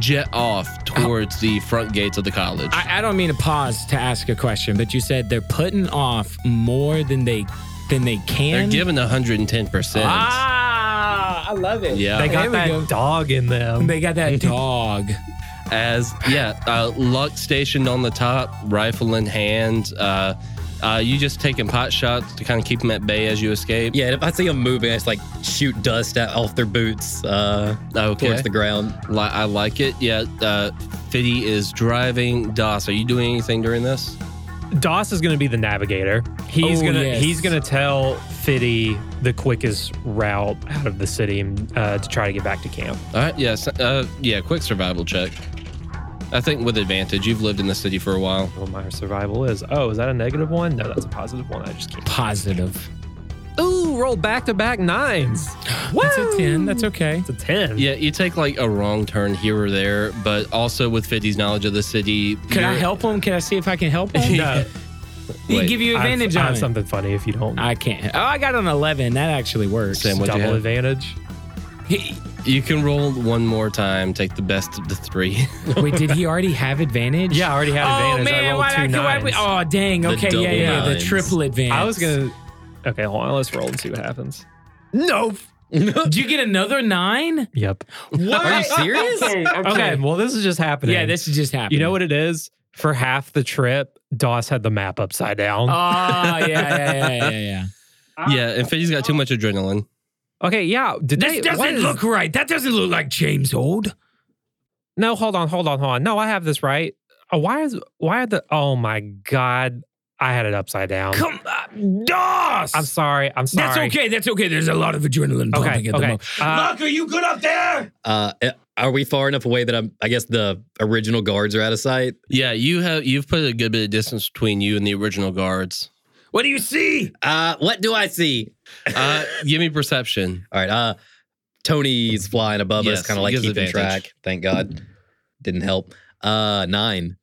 S1: jet off towards the front gates of the college.
S2: I, I don't mean to pause to ask a question, but you said they're putting off more than they than they
S1: They're
S2: can.
S1: given 110%.
S2: ah, I love it.
S1: Yeah.
S4: They
S2: There
S4: got
S2: we
S4: that
S2: go.
S4: dog in them.
S2: They got that dog.
S1: as yeah uh, luck stationed on the top rifle in hand uh, uh, you just taking pot shots to kind of keep them at bay as you escape
S5: Yeah, and if I see them moving, I just like shoot dust out off their boots uh, towards
S1: okay
S5: the ground.
S1: Li- i like it yeah uh, fiddy is driving dos are you doing anything during this
S4: Doss is going to be the navigator. He's
S2: Oh,
S4: gonna
S2: yes.
S4: he's gonna tell Fiddy the quickest route out of the city uh, to try to get back to camp.
S1: all right yes uh, yeah quick survival check i think with advantage you've lived in the city for a while
S4: What my survival is? Oh, is that a negative one? No, that's a positive one. I just can't.
S2: Positive.
S4: Ooh, roll back to back nines.
S2: That's a ten. That's okay.
S4: It's a ten.
S1: yeah you take like a wrong turn here or there but also with fiddy's knowledge of the city
S2: Can I
S1: you're-
S2: help him? Can I see if I can help him?
S4: No,
S2: He
S1: Wait,
S2: give you
S4: I have-
S2: advantage
S4: I
S2: on
S4: have
S2: it.
S4: something funny if you don't.
S2: I can't. Oh, I got an eleven. That actually works.
S1: Sam, what'd you
S4: double
S1: have?
S4: advantage.
S2: He-
S1: you can roll one more time take the best of the three
S2: Wait, did he already have advantage?
S4: Yeah, I already had
S2: Oh
S4: advantage. I
S2: man,
S4: rolled
S2: why
S4: two
S2: did I- why-
S4: nines.
S2: Oh dang. Okay,
S5: double
S2: yeah, yeah. The
S5: nines.
S2: triple advantage.
S4: I was gonna. Okay, hold on. Let's roll and see what happens.
S2: Did you get another nine?
S4: Yep.
S2: What?
S5: Are you serious?
S2: okay.
S4: Okay.
S2: okay.
S4: Well, this is just happening.
S2: Yeah, this is just happening.
S4: You know what it is? For half the trip, Doss had the map upside down.
S2: Oh yeah, yeah, yeah, yeah, yeah.
S1: Yeah, and Fiddy's got too much adrenaline.
S4: okay. Yeah. Did
S3: This
S4: they? what
S3: doesn't
S4: is-
S3: look right. That doesn't look like James Hold.
S4: No. Hold on. Hold on. Hold on. No, I have this right. Uh, why is? Why are the? Oh my god! I had it upside down.
S3: Come, uh, DOS.
S4: I'm sorry. I'm sorry.
S3: That's okay. That's okay. There's a lot of adrenaline pumping
S4: Okay.
S3: at the
S4: Okay.
S3: moment.
S4: Uh,
S3: Luck, are you good up there?
S5: Uh, are we far enough away that I'm? I guess the original guards are out of sight.
S1: Yeah, you have you've put a good bit of distance between you and the original guards.
S3: What do you see?
S5: Uh, what do I see?
S1: Uh, give me perception.
S5: All right. Uh, Tony's flying above
S1: Yes,
S5: us, kind of like
S1: gives
S5: keeping
S1: advantage.
S5: track. Thank God, didn't help. Uh, nine.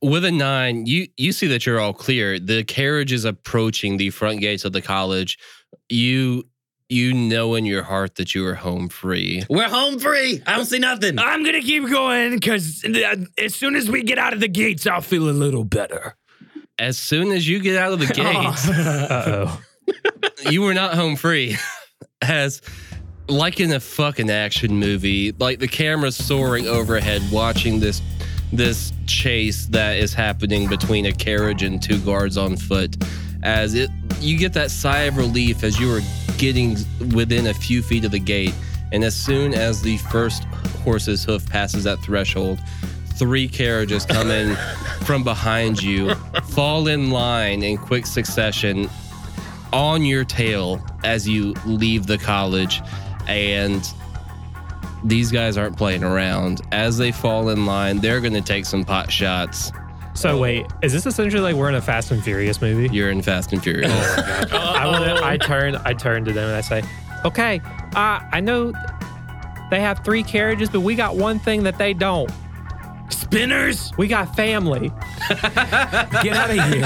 S1: With a nine, you you see that you're all clear. The carriage is approaching the front gates of the college. You you know in your heart that you are home free.
S5: We're home free. I don't see nothing.
S3: I'm gonna keep going because as soon as we get out of the gates, I'll feel a little better.
S1: As soon as you get out
S2: Oh,
S1: of the gates,
S4: uh oh.
S1: you were not home free. As like in a fucking action movie, like the camera soaring overhead, watching this this chase that is happening between a carriage and two guards on foot. As it, you get that sigh of relief as you are getting within a few feet of the gate, and as soon as the first horse's hoof passes that threshold. Three carriages come in from behind you, fall in line in quick succession, on your tail as you leave the college and these guys aren't playing around as they fall in line they're going to take some pot shots
S4: So wait, is this essentially like we're in a Fast and Furious movie?
S1: you're in fast and furious
S4: I, wanna,
S3: Oh.
S4: I turn I turn to them and I say, "Okay, uh, I know they have three carriages, but we got one thing that they don't.
S3: Spinners?
S4: We got family.
S2: Get out of here.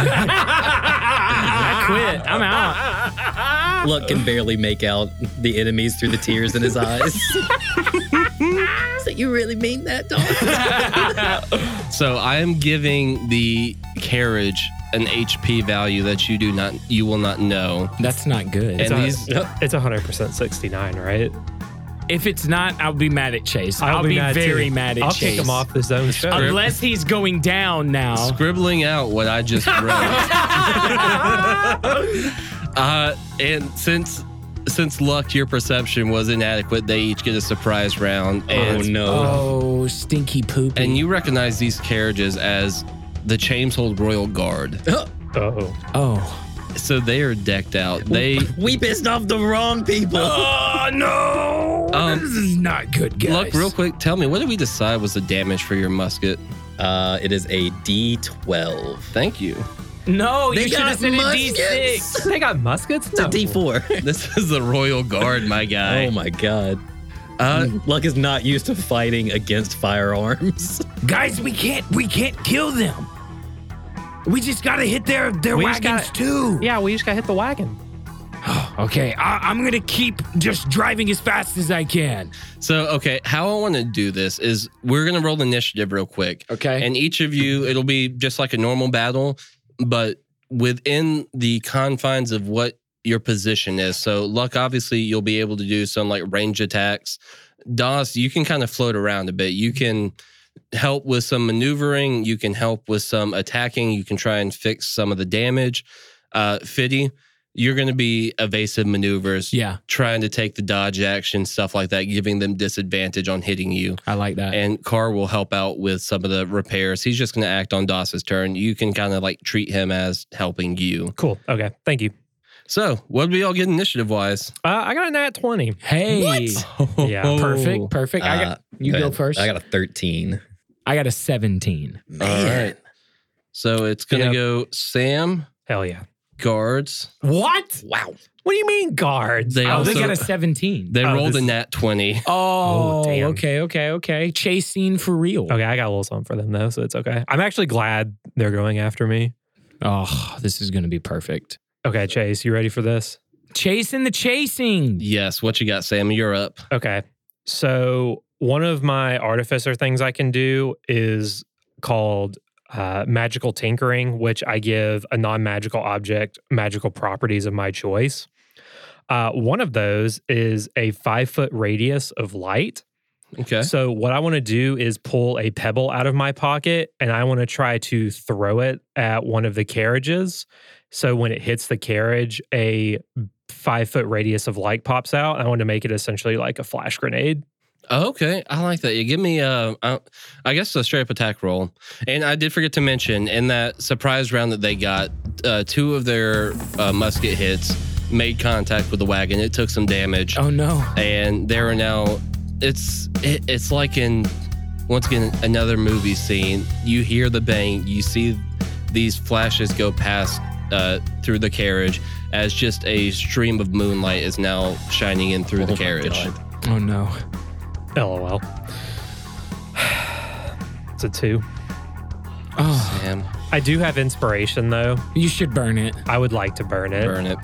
S2: I quit.
S4: Uh,
S2: I'm out.
S5: Ah! Luck can barely make out the enemies through the tears in his eyes. so you really mean that, dog?
S1: so i am giving the carriage an hp value that you do not you will not know
S2: That's not good.
S1: and
S4: a-
S1: these
S4: It's 100 percent 69, right?
S2: if it's not, I'll be mad at Chase. I'll, be,
S4: mad,
S2: very
S4: too.
S2: mad at
S4: I'll
S2: Chase.
S4: kick him off the zone. show.
S2: Unless he's going down now.
S1: scribbling out what I just read. uh, and since since luck, your perception was inadequate, they each get a surprise round.
S5: Oh
S1: And,
S5: no.
S2: Oh, stinky poop.
S1: And you recognize these carriages as the Chameshold Royal Guard.
S4: Oh,
S2: oh,
S1: so they are decked out. They
S5: We pissed off the wrong people.
S3: Oh no!
S1: Um,
S3: this is not good, guys.
S1: look real quick. Tell me, what did we decide was the damage for your musket?
S5: Uh, it is a D12.
S1: Thank you.
S4: No,
S5: They
S4: you should have
S5: got
S4: said a
S5: muskets.
S4: D6. They got muskets?
S5: It's
S4: No.
S5: a D4.
S1: This is the royal guard, my guy.
S5: oh my god.
S1: Uh,
S5: Luck is not used to fighting against firearms.
S3: guys, we can't we can't kill them. We just gotta hit their their
S4: We just
S3: wagons
S4: gotta-
S3: too.
S4: Yeah, we just got hit the wagon.
S3: Okay, I, I'm gonna keep just driving as fast as I can.
S1: So, okay, how I want to do this is we're going to roll initiative real quick.
S3: Okay.
S1: And each of you, it'll be just like a normal battle, but within the confines of what your position is. So, Luck, obviously, you'll be able to do some like range attacks. Dos, you can kind of float around a bit. You can help with some maneuvering, you can help with some attacking, you can try and fix some of the damage. Uh, Fiddy, you're going to be evasive maneuvers
S2: Yeah,
S1: trying to take the dodge action, stuff like that, giving them disadvantage on hitting you.
S2: I like that.
S1: And Carr will help out with some of the repairs. He's just going to act on Doss's turn. You can kind of like treat him as helping you.
S4: Cool. Okay. Thank you.
S1: So, what did we all get initiative wise?
S4: Uh, I got a nat 20.
S2: hey,
S4: Yeah.
S2: perfect, perfect. I
S5: Uh,
S2: got, you
S5: go
S2: go
S5: ahead.
S2: first.
S5: I got a 13.
S2: I got a 17.
S1: All right. So it's going to
S4: Yep.
S1: go Sam,
S4: Hell yeah.
S1: guards.
S2: What?
S5: Wow.
S4: What do you mean guards?
S1: They
S2: Oh,
S1: also
S2: they got a 17.
S1: they
S4: Oh,
S1: rolled
S4: this-
S1: a nat 20.
S2: Oh,
S4: Oh, damn.
S2: okay, okay, okay. Chase scene for real.
S4: Okay, I got a little something for them though, so it's okay. I'm actually glad they're going after me.
S2: Oh, this is going to be perfect.
S4: Okay, Chase, you ready for this?
S2: Chasing the chasing.
S1: Yes. What you got, Sam? You're up.
S4: Okay. So, one of my artificer things I can do is called uh, magical tinkering, which I give a non magical object magical properties of my choice. Uh, one of those is a five foot radius of light.
S1: Okay.
S4: So, what I want to do is pull a pebble out of my pocket and I want to try to throw it at one of the carriages. So, when it hits the carriage, a five foot radius of light pops out. I want to make it essentially like a flash grenade.
S1: Oh, Okay, I like that. You give me uh, uh, I guess a straight up attack roll. And I did forget to mention in that surprise round that they got, uh, two of their uh, musket hits made contact with the wagon. It took some damage,
S2: Oh no.
S1: and they are now. It's it, it's like in once again another movie scene. You hear the bang, you see these flashes go past uh, through the carriage as just a stream of moonlight is now shining in
S5: Oh
S1: through the carriage.
S2: Oh no.
S4: LOL. it's a two.
S2: Oh,
S1: Damn,
S4: I do have inspiration though.
S2: you should burn it.
S4: I would like to burn it.
S1: burn it.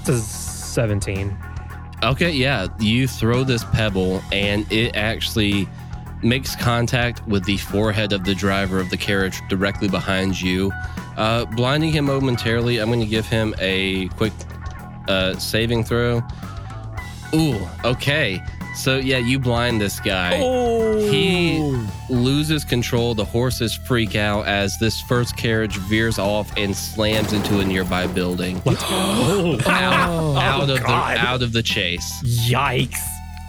S4: It's a 17.
S1: Okay, yeah. You throw this pebble and it actually makes contact with the forehead of the driver of the carriage directly behind you, uh, blinding him momentarily. I'm going to give him a quick uh, saving throw. Ooh, okay. So, yeah, you blind this guy.
S2: Oh,
S1: He loses control. The horses freak out as this first carriage veers off and slams into a nearby building. out, out of
S4: Oh. God.
S1: the out of the chase.
S4: Yikes.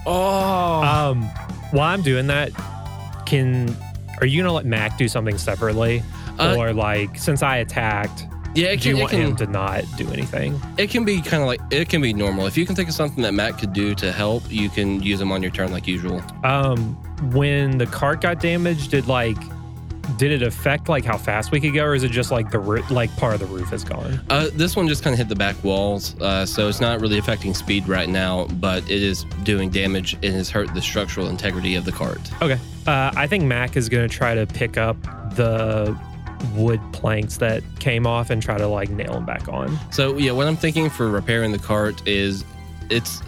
S2: Oh.
S4: Um, while I'm doing that, can are you gonna let Mac do something separately,
S1: Uh,
S4: or like since I attacked,
S1: Yeah, it can,
S4: do you
S1: it
S4: want
S1: can,
S4: him to not do anything?
S1: it can be kind of like it can be normal. If you can think of something that Matt could do to help, you can use him on your turn like usual.
S4: Um, when the cart got damaged, did like did it affect like how fast we could go, or is it just like the roo- like part of the roof is gone?
S1: Uh, this one just kind of hit the back walls, uh, so it's not really affecting speed right now, but it is doing damage and has hurt the structural integrity of the cart.
S4: Okay, uh, I think Mac is gonna try to pick up the wood planks that came off and try to like nail them back on.
S1: So yeah, what I'm thinking for repairing the cart is it's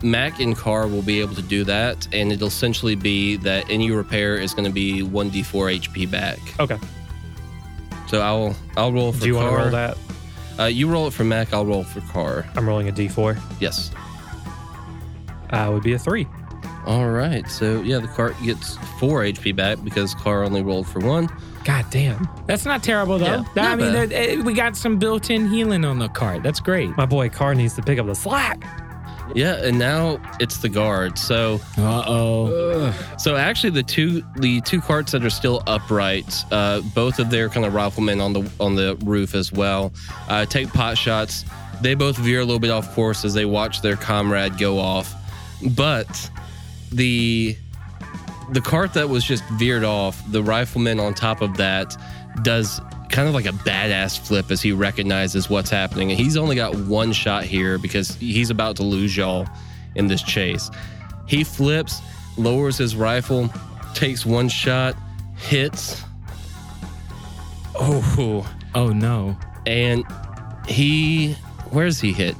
S1: Mac and Car will be able to do that, and it'll essentially be that any repair is going to be one d4 HP back.
S4: Okay.
S1: So I'll I'll roll for
S4: do you
S1: Car.
S4: want to roll that?
S1: Uh, you roll it for Mac. I'll roll for Car.
S4: I'm rolling a D4.
S1: Yes.
S4: Uh, would be a three.
S1: All right. So yeah, the cart gets four HP back because Car only rolled for one.
S4: God damn.
S2: That's not terrible though.
S1: Yeah,
S2: That- I
S1: not
S2: mean,
S1: bad.
S2: that- eh, we got some built-in healing on the cart. That's great.
S4: My boy Carr needs to pick up the slack.
S1: Yeah, and now it's the guard. So
S2: Uh oh.
S1: So actually, the two the two carts that are still upright, uh, both of their kind of riflemen on the on the roof as well, uh, take pot shots. They both veer a little bit off course as they watch their comrade go off, but the the cart that was just veered off, the rifleman on top of that does kind of like a badass flip as he recognizes what's happening, and he's only got one shot here because he's about to lose y'all in this chase. He flips, lowers his rifle, takes one shot, hits,
S2: Oh. Oh no.
S1: and he where does he hit?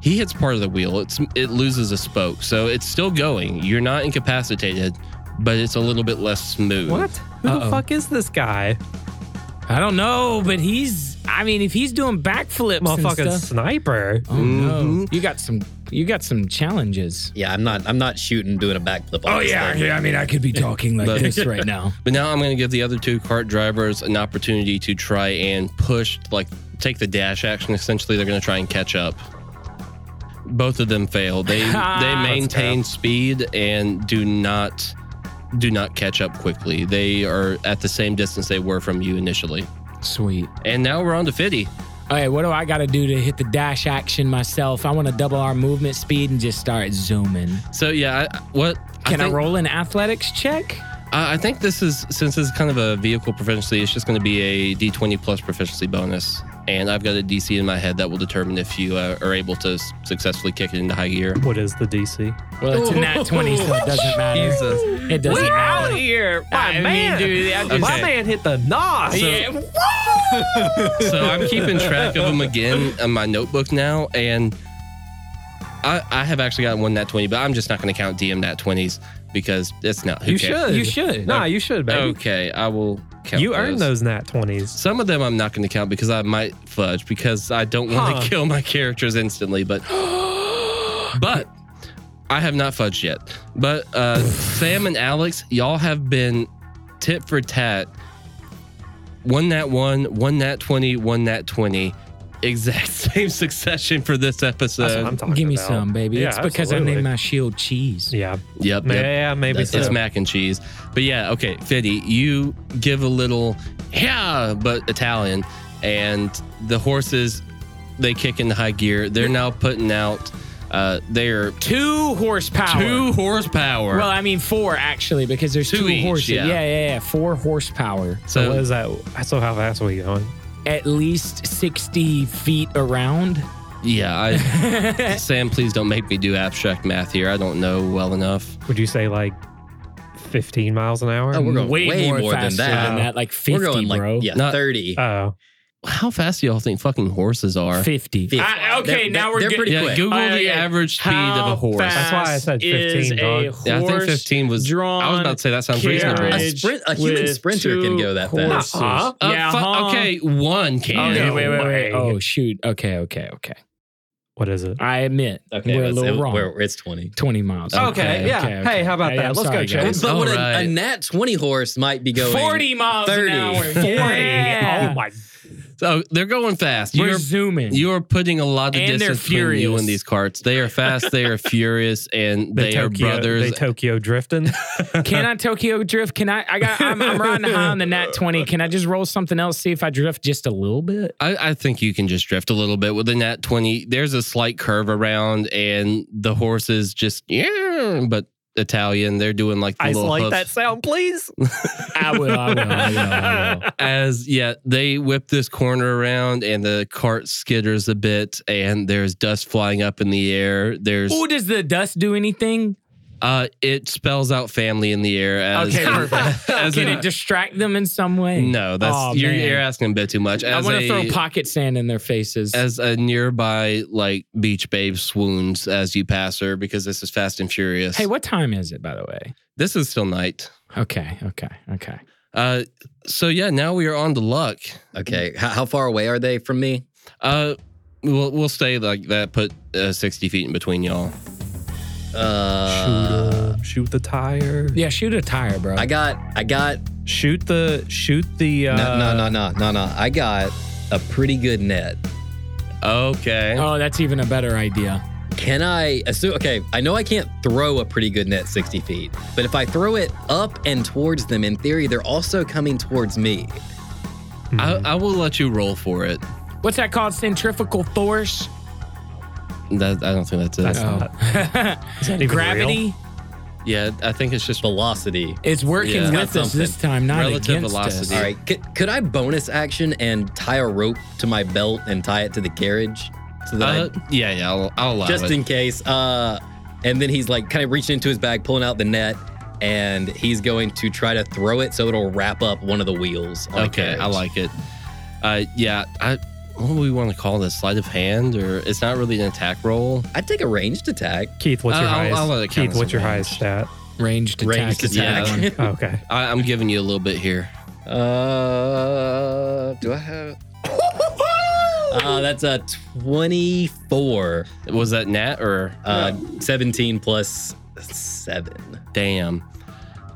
S1: He hits part of the wheel. It's it loses a spoke, so it's still going. You're not incapacitated, but it's a little bit less smooth.
S4: What? Who
S2: Uh-oh.
S4: the fuck is this guy?
S2: I don't know, but he's. I mean, if he's doing backflips,
S4: Motherfucking
S2: and stuff,
S4: sniper.
S2: Oh
S3: Mm-hmm.
S2: no! You got some. You got some challenges.
S5: Yeah, I'm not. I'm not shooting doing a backflip. on
S3: Oh
S5: this
S3: yeah,
S5: thing.
S3: yeah. I mean, I could be talking like
S1: But-
S3: this.
S2: This right now.
S1: But now I'm going to give the other two cart drivers an opportunity to try and push, like take the dash action. Essentially, they're going to try and catch up. Both of them fail. They they maintain speed and do not do not catch up quickly. They are at the same distance they were from you initially.
S2: Sweet.
S1: And now we're on to Fiddy.
S2: Okay, what do I got to do to hit the dash action myself? I want to double our movement speed and just start zooming.
S1: So yeah, I, what
S2: Can I,
S1: think-
S2: roll an athletics
S1: Uh,
S2: check?
S1: I I think this is since this is kind of a vehicle proficiency, it's just going to be a D20 plus proficiency bonus, and I've got a DC in my head that will determine if you uh, are able to s- successfully kick it into high gear.
S4: What is the DC?
S2: Well, it's a nat 20, so it doesn't matter. It doesn't
S4: We out
S2: matter.
S4: here, my
S2: I mean,
S4: man.
S2: dude, I just-
S4: My man hit the nos.
S2: Yeah.
S1: So I'm keeping track of them again on my notebook now, and I, I have actually gotten one nat 20, but I'm just not going to count DM nat 20s because it's not. Who
S4: you
S1: cares?
S4: should.
S2: You should.
S4: Nah, you should, baby.
S1: Okay, I will count.
S4: you earned those nat twenties.
S1: Some of them I'm not going to count because I might fudge because I don't want
S4: Huh.
S1: to kill my characters instantly. But but I have not fudged yet. But uh, Sam and Alex, y'all have been tit for tat. One nat one, one nat twenty, one nat twenty. Exact same succession for this
S4: That's what
S1: episode.
S4: I'm talking
S2: Uh, Give me
S4: about.
S2: some, baby.
S4: Yeah,
S2: it's because I
S4: absolutely.
S2: named my shield cheese.
S4: Yeah,
S1: Yep,
S4: Ma-
S1: yep.
S4: yeah, maybe
S5: That's
S4: so.
S1: It's mac and cheese. But yeah, okay, Fiddy, you give a little yeah, but Italian, and the horses they kick into high gear. They're now putting out uh their
S2: Two horsepower.
S1: two horsepower.
S2: Well, I mean four actually, because there's
S1: Two
S2: two,
S1: each,
S2: horses.
S1: yeah.
S2: Yeah. yeah, yeah, Four horsepower.
S4: So what
S1: so
S4: is that? So how fast are we going?
S2: At least sixty feet around.
S1: yeah, I, Sam, please don't make me do abstract math here. I don't know well enough.
S4: Would you say like 15 miles an hour?
S5: Oh, we're going way, more, than
S2: faster
S5: that.
S2: than that, like 50,
S5: we're going like
S2: bro.
S5: yeah,
S1: Not-
S5: thirty.
S4: Oh,
S1: How fast do y'all think fucking horses are?
S2: 50.
S5: Fifty.
S2: I- okay,
S5: They're-
S2: now we're
S5: they're
S2: getting-
S5: pretty
S1: Yeah,
S5: quick.
S1: Google
S2: Oh,
S1: the
S2: yeah.
S1: average speed of a horse.
S4: That's why I said
S2: fast is
S4: 15, dog.
S2: a
S1: Yeah, I think
S2: horse
S1: 15 was- I was
S2: drawn
S1: about to say that sounds reasonable.
S2: carriage
S5: A sprint- a human
S2: with
S5: sprinter can
S2: two
S5: go that fast.
S2: horses.
S4: Uh-huh.
S1: Uh,
S2: Yeah,
S1: fu-
S2: huh?
S1: okay, one
S2: Oh,
S1: can.
S2: okay,
S4: No
S2: wait, wait,
S4: way.
S2: wait. Oh, shoot. Okay, okay, okay.
S4: what is it?
S2: I admit
S5: Okay,
S2: we're a
S5: that's-
S2: little
S5: it-
S2: wrong.
S5: we're- it's twenty.
S2: 20 miles.
S4: Okay, yeah. Hey, how about
S2: Hey,
S4: that?
S2: I'm
S4: Let's
S2: sorry,
S4: go,
S2: guys.
S4: Chase.
S5: But what a,
S1: Alright.
S5: a nat twenty horse might be going
S2: 40 miles
S5: 30,
S2: an hour.
S5: 40.
S2: Yeah.
S4: Oh my!
S1: So they're going fast.
S2: We're
S1: You're
S2: zooming.
S1: You are putting a lot of
S2: And they're
S1: distance between you
S2: furious.
S1: and these carts. They are fast, they are furious, and
S4: The
S1: they are
S4: Tokyo, They
S1: brothers.
S4: Tokyo drifting.
S2: Can I Tokyo drift? Can I? I got. I'm, I'm riding high on the nat 20. Can I just roll something else? See if I drift just a little bit.
S1: I, I think you can just drift a little bit with a nat 20. There's a slight curve around, and the horses just, yeah, but Italian. They're doing like the little
S4: Isolate
S1: hoof.
S4: that sound, please.
S2: I will. I will. I will, I will.
S1: As, yeah, they whip this corner around, and the cart skitters a bit, and there's dust flying up in the air. There's,
S2: Oh, does the dust do anything?
S1: uh, it spells out family in the air. As,
S2: Okay, perfect.
S1: as
S2: Can
S1: an-
S2: it distract them in some way?
S1: No, that's
S2: Aw,
S1: you're,
S2: man.
S1: you're asking a bit too much.
S2: I
S1: As
S2: want to
S1: a-
S2: throw pocket sand in their faces.
S1: as a nearby like beach babe swoons as you pass her because this is Fast and Furious.
S2: hey, what time is it, by the way?
S1: This is still night.
S2: Okay, okay, okay.
S1: Uh, so yeah, now we are on to luck.
S5: Okay, how, how far away are they from me?
S1: Uh, we'll we'll stay like that. Put uh, sixty feet in between y'all.
S5: Uh,
S4: shoot, uh, shoot the tire.
S2: Yeah, shoot a tire, bro.
S5: I got, I got,
S4: Shoot the shoot the. Uh,
S5: no, no, no, no, no, no. I got a pretty good net.
S1: Okay.
S2: oh, that's even a better idea.
S5: Can I assume? Okay, I know I can't throw a pretty good net 60 feet, but if I throw it up and towards them, in theory, they're also coming towards me.
S1: I, I will let you roll for it.
S2: What's that called? Centrifugal force? Oh.
S1: That, I don't think that's it.
S4: That's not. Is that even
S2: Gravity?
S4: real?
S1: yeah, I think it's just.
S5: Velocity.
S2: It's working
S1: Yeah.
S2: with us this time, not
S1: Relative
S2: against
S1: velocity.
S5: All
S2: us.
S5: right, could, could I bonus action and tie a rope to my belt and tie it to the carriage? So that I-
S1: Uh, yeah, yeah, I'll, I'll allow
S5: just
S1: it.
S5: in case. Uh, and then he's like kind of reaching into his bag, pulling out the net, and he's going to try to throw it so it'll wrap up one of the wheels. on the
S1: okay, I
S5: carriage.
S1: like it. Uh, yeah, I. What do we want to call this? Sleight of hand, or it's not really an attack roll.
S5: I'd take a ranged attack.
S4: Keith, what's your
S1: Uh, I'll-
S4: highest?
S1: I'll let it count
S4: Keith,
S1: as a
S4: what's your
S1: range.
S4: highest stat?
S2: Ranged attack.
S5: Ranged
S2: is
S5: attack.
S2: that one.
S4: Oh, okay.
S1: I, I'm giving you a little bit here.
S5: Uh, do I have? Uh, that's a 24,
S1: Was that nat or
S5: uh, 17 plus 7.
S1: damn?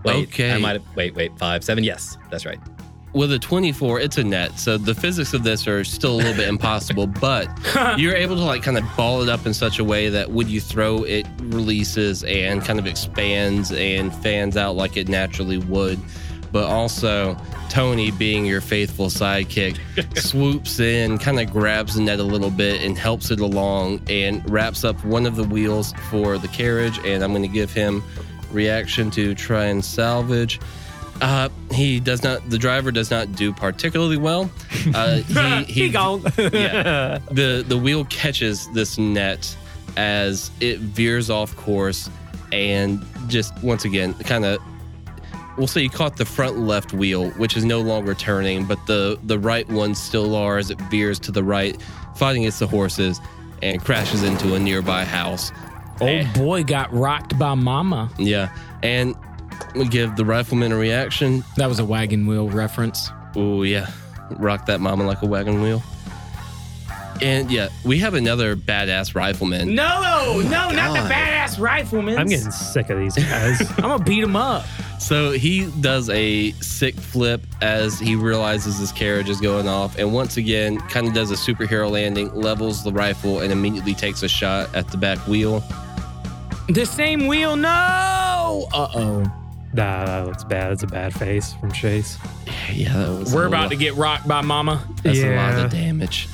S5: Wait,
S1: Okay.
S5: I might have, wait, wait, 5, 7, yes, that's right.
S1: With a 24, it's a net. So the physics of this are still a little bit impossible, but you're able to like kind of ball it up in such a way that when you throw it releases and kind of expands and fans out like it naturally would. But also, Tony, being your faithful sidekick, swoops in, kind of grabs the net a little bit and helps it along and wraps up one of the wheels for the carriage. And I'm going to give him reaction to try and salvage. Uh, he does not. The driver does not do particularly well. Uh, he, he,
S4: gone.
S1: yeah. The the wheel catches this net as it veers off course, and just once again, kind of. We'll say you caught the front left wheel, which is no longer turning, but the the right ones still are as it veers to the right, fighting against the horses, and crashes into a nearby house.
S2: Old boy got rocked by mama.
S1: Yeah, and we give the rifleman a reaction.
S2: That was a wagon wheel reference.
S1: Oh yeah, rock that mama like a wagon wheel. And yeah, we have another badass rifleman.
S2: No, no, not the badass rifleman.
S4: I'm getting sick of these guys.
S2: I'm gonna beat him up.
S1: So he does a sick flip as he realizes his carriage is going off, and once again, kind of does a superhero landing, levels the rifle, and immediately takes a shot at the back wheel.
S2: The same wheel. No. Uh oh.
S4: nah, that looks bad. It's a bad face from Chase.
S1: Yeah, that was.
S2: We're
S1: a
S2: about
S1: lot-
S2: to get rocked by mama.
S1: That's a lot of damage.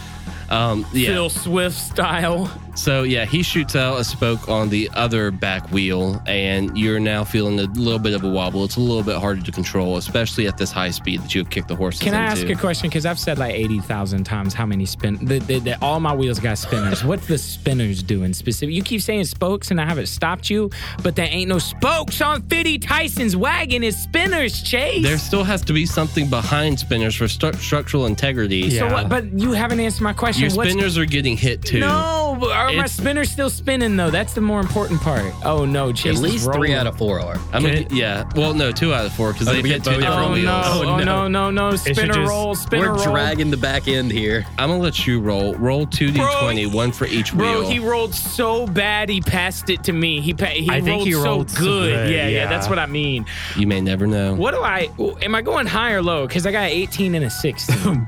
S1: Um, yeah.
S2: Phil Swift style.
S1: So yeah, he shoots out a spoke on the other back wheel, and you're now feeling a little bit of a wobble. It's a little bit harder to control, especially at this high speed that you have kicked the horses
S2: Can I
S1: into.
S2: ask a question? Because I've said like eighty thousand times how many spin. The, the, the, all my wheels got spinners. What's the spinners doing specific? You keep saying spokes, and I haven't stopped you. But there ain't no spokes on Fiddy Tyson's wagon. Is spinners, Chase?
S1: there still has to be something behind spinners for stru- structural integrity.
S2: so
S4: Yeah.
S2: what? But you haven't answered my question.
S1: Your
S2: What's
S1: spinners are getting hit too.
S2: No, but are my
S1: It's-
S2: spinners still spinning though? That's the more important part. Oh no, Chase
S5: At least three out of four are.
S1: I mean,
S4: Can-
S1: yeah. Well, no, two out of four because
S5: Oh,
S1: they
S5: we
S1: hit
S5: get
S1: two
S5: both?
S1: different
S2: Oh
S1: wheels.
S2: no, oh no,
S5: no.
S2: no, no, spinner
S4: just-
S2: roll, spinner
S5: We're
S2: roll.
S5: dragging the back end here.
S1: I'm gonna let you roll. Roll two d20,
S2: Bro,
S1: one for each
S2: Bro,
S1: wheel.
S2: he rolled so bad he passed it to me. He pa- he,
S4: I think
S2: rolled
S4: he
S2: so
S4: rolled
S2: good.
S4: so good,
S2: Yeah, yeah,
S4: yeah.
S2: that's what I mean.
S1: you may never know.
S2: What do I? Am I going high or low? Because I got an 18 and a 16.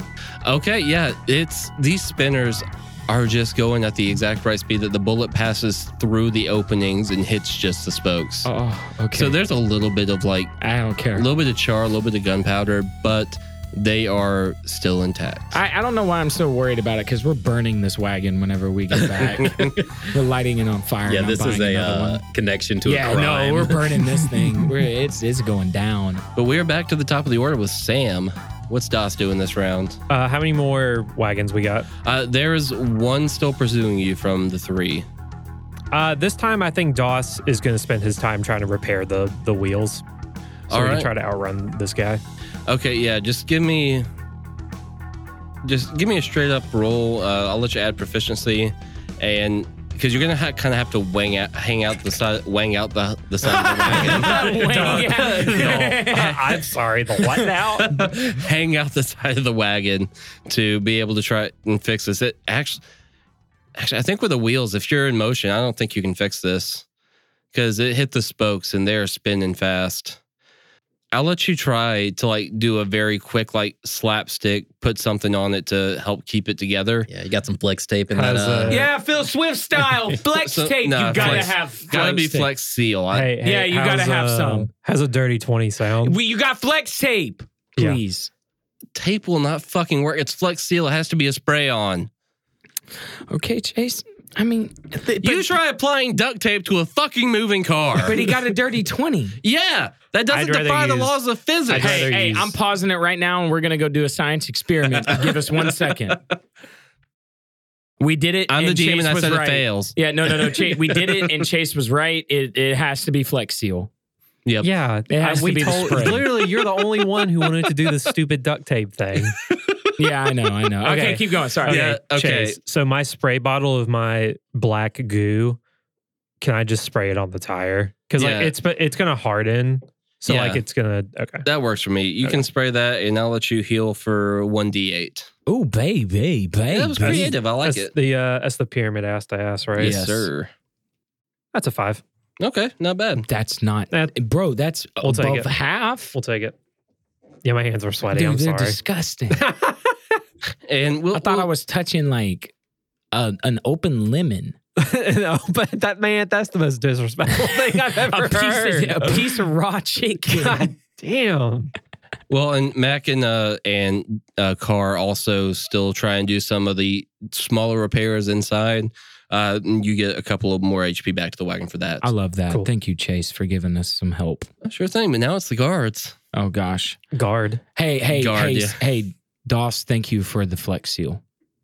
S1: Okay, yeah, it's these spinners are just going at the exact right speed that the bullet passes through the openings and hits just the spokes.
S2: oh, okay.
S1: So there's a little bit of like
S2: I don't
S1: a
S2: care.
S1: little bit of char, a little bit of gunpowder, but they are still intact.
S2: I, I don't know why I'm so worried about it because we're burning this wagon whenever we get back. we're lighting it on fire.
S5: Yeah,
S2: and I'm
S5: this is
S2: buying
S5: a
S2: another one.
S5: uh, connection to
S2: yeah,
S5: a crime.
S2: no, we're burning this thing. We're, it's it's going down.
S1: But we're back to the top of the order with Sam. What's Das doing this round?
S4: Uh, how many more wagons we got?
S1: Uh, there is one still pursuing you from the three.
S4: Uh, this time, I think Doss is going to spend his time trying to repair the the wheels. So
S1: All
S4: we
S1: right.
S4: can try to outrun this guy.
S1: Okay, yeah, just give me just give me a straight up roll. Uh, I'll let you add proficiency and because you're gonna ha- kind of have to wang out, hang out the side, wang out the the side of the wagon,
S4: Uh, I'm sorry. The what now?
S1: hang out the side of the wagon to be able to try and fix this. It actually, actually, I think with the wheels, if you're in motion, I don't think you can fix this because it hit the spokes and they're spinning fast. I'll let you try to like do a very quick like slapstick, put something on it to help keep it together.
S5: Yeah, you got some flex tape and that.
S4: How's,
S5: Uh,
S4: uh,
S2: Yeah, Phil Swift style flex
S1: So-
S2: tape.
S1: nah,
S2: you gotta
S1: flex-
S2: have.
S1: Gotta be
S4: Slapstick.
S1: flex seal. I,
S4: Hey, hey,
S2: Yeah, you gotta
S4: how's,
S2: have
S4: uh,
S2: some.
S4: How's a dirty 20 sound?
S2: We, you got flex tape.
S4: Yeah.
S2: Please.
S1: tape will not fucking work. It's flex seal. It has to be a spray on.
S2: Okay, Chase. I mean, th-
S1: you try applying duct tape to a fucking moving car.
S2: but he got a dirty 20.
S1: yeah, that doesn't
S4: I'd rather
S1: defy the
S4: use-
S1: laws of physics.
S4: I'd rather
S2: Hey, hey,
S4: use-
S2: I'm pausing it right now and we're going to go do a science experiment. Give us one second. We did it.
S1: I'm the
S2: and
S1: GM
S2: Chase
S1: and I
S2: was
S1: said
S2: right.
S1: it fails.
S2: Yeah, no, no, no. Chase, we did it and Chase was right. It, it has to be Flex Seal.
S1: Yep.
S4: Yeah,
S2: It has
S4: I-
S2: to
S4: we
S2: be the
S4: told.
S2: spray.
S4: Literally, you're the only one who wanted to do this stupid duct tape thing.
S2: Yeah, I know, I know. Okay,
S4: Okay.
S2: keep going. Sorry.
S1: Yeah, okay.
S4: Chase, so my spray bottle of my black goo, can I just spray it on the tire? Because
S1: Yeah.
S4: like it's but it's gonna harden. So
S1: Yeah.
S4: like it's gonna okay.
S1: That works for me. You can spray that, and I'll let you heal for one d8.
S2: Oh, baby, baby.
S1: that was creative. I like
S4: that's
S1: it.
S4: the uh that's the pyramid ass to ass, right?
S1: Yes, sir.
S4: That's a five.
S1: Okay, not bad.
S2: That's not,
S4: That-
S2: bro, that's
S4: We'll take
S2: above
S4: it.
S2: half.
S4: We'll take it. Yeah, my hands were sweaty.
S2: Dude,
S4: I'm
S2: they're
S4: sorry.
S2: disgusting.
S1: And we'll,
S2: I thought I
S1: we'll-
S2: was touching like a, an open lemon.
S4: no, but that man, that's the most disrespectful thing I've ever
S2: a, piece
S4: heard.
S2: of, a piece of raw chicken.
S4: God damn.
S1: Well, and Mac and uh, and uh, Carr also still try and do some of the smaller repairs inside. Uh, and you get a couple of more HP back to the wagon for that.
S2: I love that.
S4: Cool.
S2: Thank you, Chase, for giving us some help.
S1: sure thing, but now it's the guards.
S2: Oh gosh.
S4: Guard.
S2: Hey, hey,
S1: Guard,
S2: hey,
S1: yeah.
S2: s- hey, Doss. Thank you for the flex seal.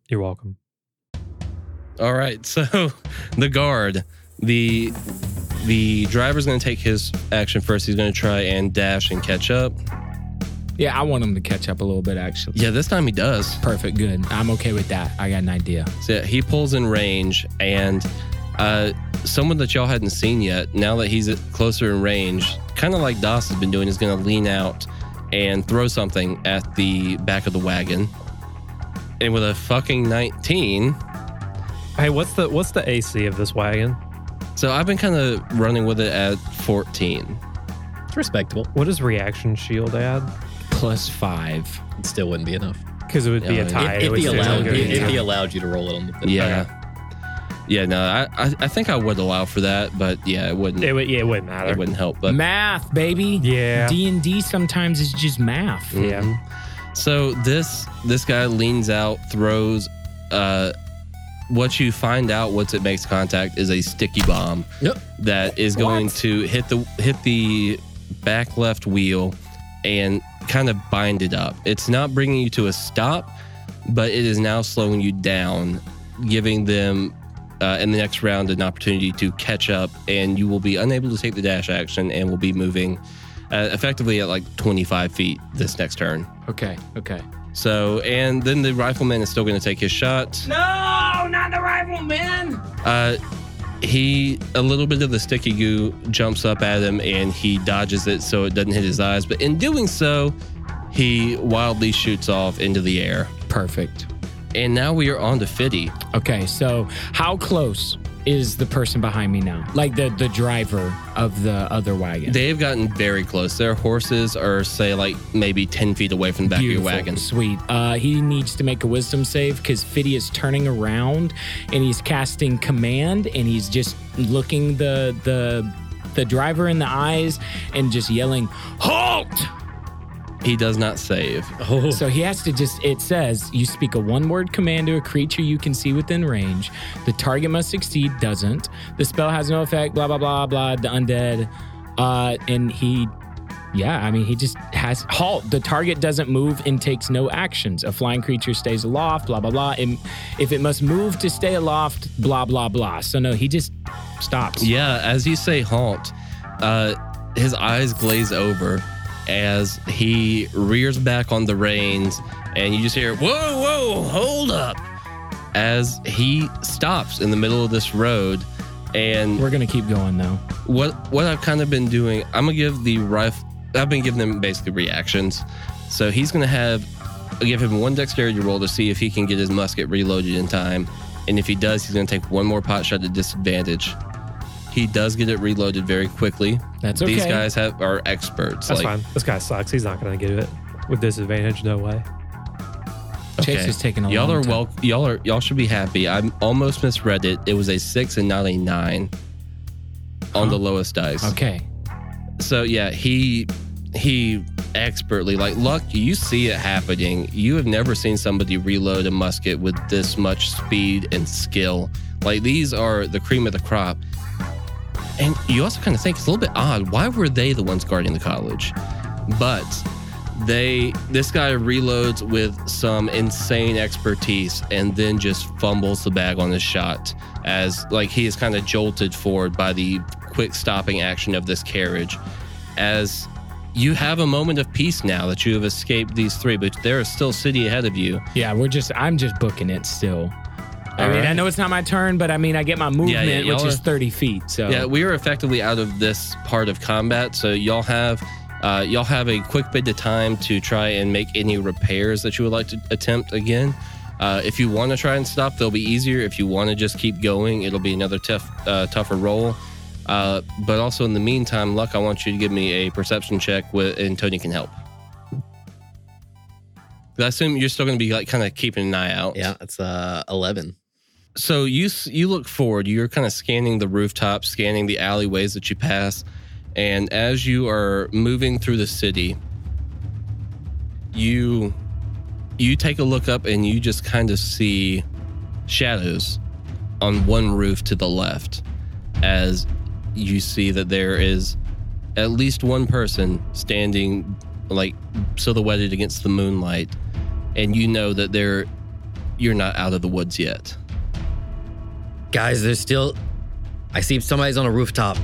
S4: You're welcome.
S1: All right, so the guard, the the driver's going to take his action first. He's going to try and dash and catch up.
S2: Yeah, I want him to catch up a little bit. Actually.
S1: Yeah, this time he does.
S2: Perfect. Good. I'm okay with that. I got an idea.
S1: So yeah, he pulls in range, and uh, someone that y'all hadn't seen yet, now that he's closer in range, kind of like Das has been doing, is going to lean out and throw something at the back of the wagon. And with a fucking 19,
S4: Hey, what's the what's the AC of this wagon?
S1: so I've been kind of running with it at 14.
S5: it's respectable.
S4: What does reaction shield add?
S2: Plus five.
S5: It still wouldn't be enough.
S4: Because it would be
S1: Yeah,
S4: a
S1: if-
S4: tie. it
S5: if,
S4: would
S5: he
S4: still
S5: allowed,
S4: go
S5: if,
S4: to
S5: if
S4: tie.
S5: he allowed you to roll it on the thing.
S1: Yeah. Yeah, no, I, I, I think I would allow for that, but yeah, it wouldn't.
S4: It
S1: It,
S4: would, yeah, it wouldn't matter.
S1: wouldn't help. But
S2: math, baby.
S4: Yeah.
S2: D and D sometimes is just math.
S4: Yeah.
S1: So this this guy leans out, throws. Uh, what you find out once it makes contact is a sticky bomb
S5: Yep.
S1: that is going to hit the hit the back left wheel and kind of bind it up. It's not bringing you to a stop, but it is now slowing you down, giving them. Uh, in the next round, an opportunity to catch up, and you will be unable to take the dash action and will be moving uh, effectively at like 25 feet this next turn.
S2: Okay. Okay.
S1: So, and then the rifleman is still going to take his shot. No, not the rifleman. Uh, he a little bit of the sticky goo jumps up at him and he dodges it so it doesn't hit his eyes. But in doing so, he wildly shoots off into the air.
S2: Perfect.
S1: And now we are on to Fiddy.
S2: Okay. So how close is the person behind me now? Like the the driver of the other wagon.
S1: They've gotten very close. Their horses are say like maybe ten feet away from the back of your wagon.
S2: Sweet. Uh, he needs to make a wisdom save because Fiddy is turning around and he's casting command and he's just looking the the the driver in the eyes and just yelling halt.
S1: He does not save.
S5: Oh.
S2: So he has to just, it says, you speak a one word command to a creature you can see within range. The target must succeed, doesn't. The spell has no effect, blah, blah, blah, blah, the undead. Uh, and he, yeah, I mean, he just has halt. The target doesn't move and takes no actions. A flying creature stays aloft, blah, blah, blah. And if it must move to stay aloft, blah, blah, blah. So no, he just stops.
S1: Yeah, as you say halt, uh, his eyes glaze over as he rears back on the reins, and you just hear, Whoa, whoa, hold up! As he stops in the middle of this road. And
S2: We're going to keep going though.
S1: what what I've kind of been doing, I'm gonna give the rifle. I've been giving them basically reactions. So he's gonna have, I'll give him one dexterity roll to see if he can get his musket reloaded in time, and if he does, he's gonna take one more pot shot at disadvantage. He does get it reloaded very quickly.
S2: That's okay.
S1: These guys have are experts.
S4: That's
S1: like,
S4: fine. This guy sucks. He's not going to get it with disadvantage. No way.
S2: Chase
S1: Okay.
S2: is taking a
S1: y'all
S2: long
S1: are
S2: time.
S1: well. Y'all are y'all should be happy. I almost misread it. It was a six and not a nine on the lowest dice.
S2: Okay.
S1: So yeah, he he expertly like luck. You see it happening. You have never seen somebody reload a musket with this much speed and skill. Like these are the cream of the crop. And you also kind of think it's a little bit odd. Why were they the ones guarding the college? But they this guy reloads with some insane expertise and then just fumbles the bag on his shot as like he is kind of jolted forward by the quick stopping action of this carriage as you have a moment of peace now that you have escaped these three but there is still city ahead of you
S2: Yeah, we're just I'm just booking it still. I
S1: All
S2: mean, I
S1: right.
S2: know it's not my turn, but I mean, I get my movement,
S1: yeah,
S2: which
S1: y'all
S2: is
S1: are-
S2: 30 feet. So
S1: yeah we are effectively out of this part of combat so y'all have uh, y'all have a quick bit of time to try and make any repairs that you would like to attempt again uh, if you want to try and stop they'll be easier if you want to just keep going it'll be another tough uh, tougher roll uh, but also in the meantime luck i want you to give me a perception check with and tony can help 'Cause i assume you're still going to be like kind of keeping an eye out
S5: Yeah, it's uh eleven.
S1: so you s- you look forward. You're kind of scanning the rooftop, scanning the alleyways that you pass, and as you are moving through the city, you you take a look up and you just kind of see shadows on one roof to the left as you see that there is at least one person standing like silhouetted against the moonlight and you know that they're you're not out of the woods yet
S5: Guys, there's still. I see somebody's on a rooftop.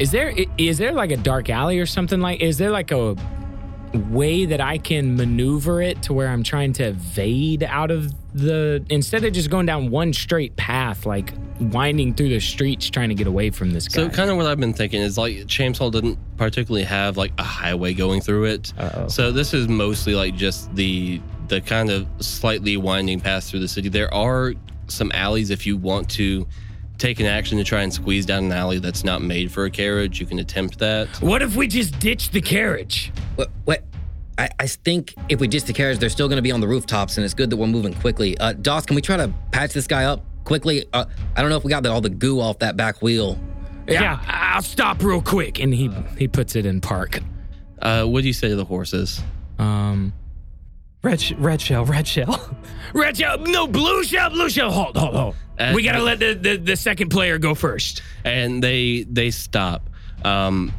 S2: is there i- is there like a dark alley or something like is there like a way that I can maneuver it to where I'm trying to evade out of the instead of just going down one straight path like winding through the streets trying to get away from this guy.
S1: So kind of what I've been thinking is like Champs Hall didn't particularly have like a highway going through it.
S2: Uh-oh.
S1: So this is mostly like just the the kind of slightly winding path through the city. There are some alleys if you want to take an action to try and squeeze down an alley that's not made for a carriage, you can attempt that.
S2: What if we just ditch the carriage?
S5: What? what? I, I think if we ditch the carriage, they're still going to be on the rooftops, and it's good that we're moving quickly. Uh, Doss, can we try to patch this guy up quickly? Uh, I don't know if we got the, all the goo off that back wheel.
S2: Yeah,
S4: Yeah.
S2: I- I'll stop real quick and he he puts it in park.
S1: Uh what do you say to the horses?
S2: Um
S4: Red, sh- red shell, red shell.
S2: Red shell, no, blue shell, blue shell. Hold, hold, hold.
S1: Uh,
S2: we gotta let the, the, the second player go first.
S1: and they they stop. Um,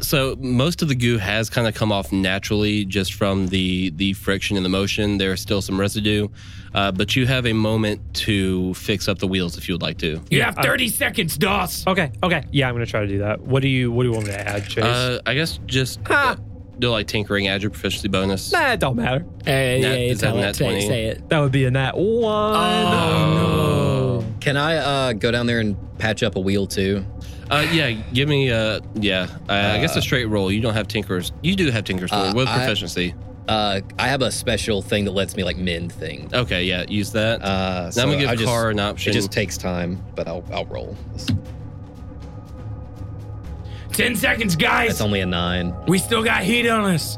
S1: so most of the goo has kind of come off naturally just from the the friction and the motion. There's still some residue, uh, but you have a moment to fix up the wheels if you would like to.
S2: You have 30 seconds, Doss.
S4: okay, okay. Yeah, I'm going to try to do that. What do you What do you want me to add, Chase?
S1: Uh, I guess just uh, do like tinkering, add your proficiency bonus.
S4: nah, it don't matter.
S2: Hey,
S1: Nat-
S2: hey,
S1: is that
S2: tell
S1: nat
S2: it, say,
S1: 20?
S2: say it.
S4: That would be a nat one.
S5: Can I uh, go down there and patch up a wheel too?
S1: Uh, yeah, give me. Uh, yeah, uh, I guess a straight roll. You don't have tinkers. You do have tinkers
S5: Uh,
S1: with
S5: I-
S1: proficiency.
S5: Uh, I have a special thing that lets me like mend things.
S1: okay, yeah, use that.
S5: Uh,
S1: now I'm
S5: so
S1: gonna
S5: I
S1: give
S5: just-
S1: Car an
S5: It
S1: option.
S5: just takes time, but I'll I'll roll. It's,
S2: 10 seconds, guys.
S5: it's only a nine.
S2: We still got heat on us.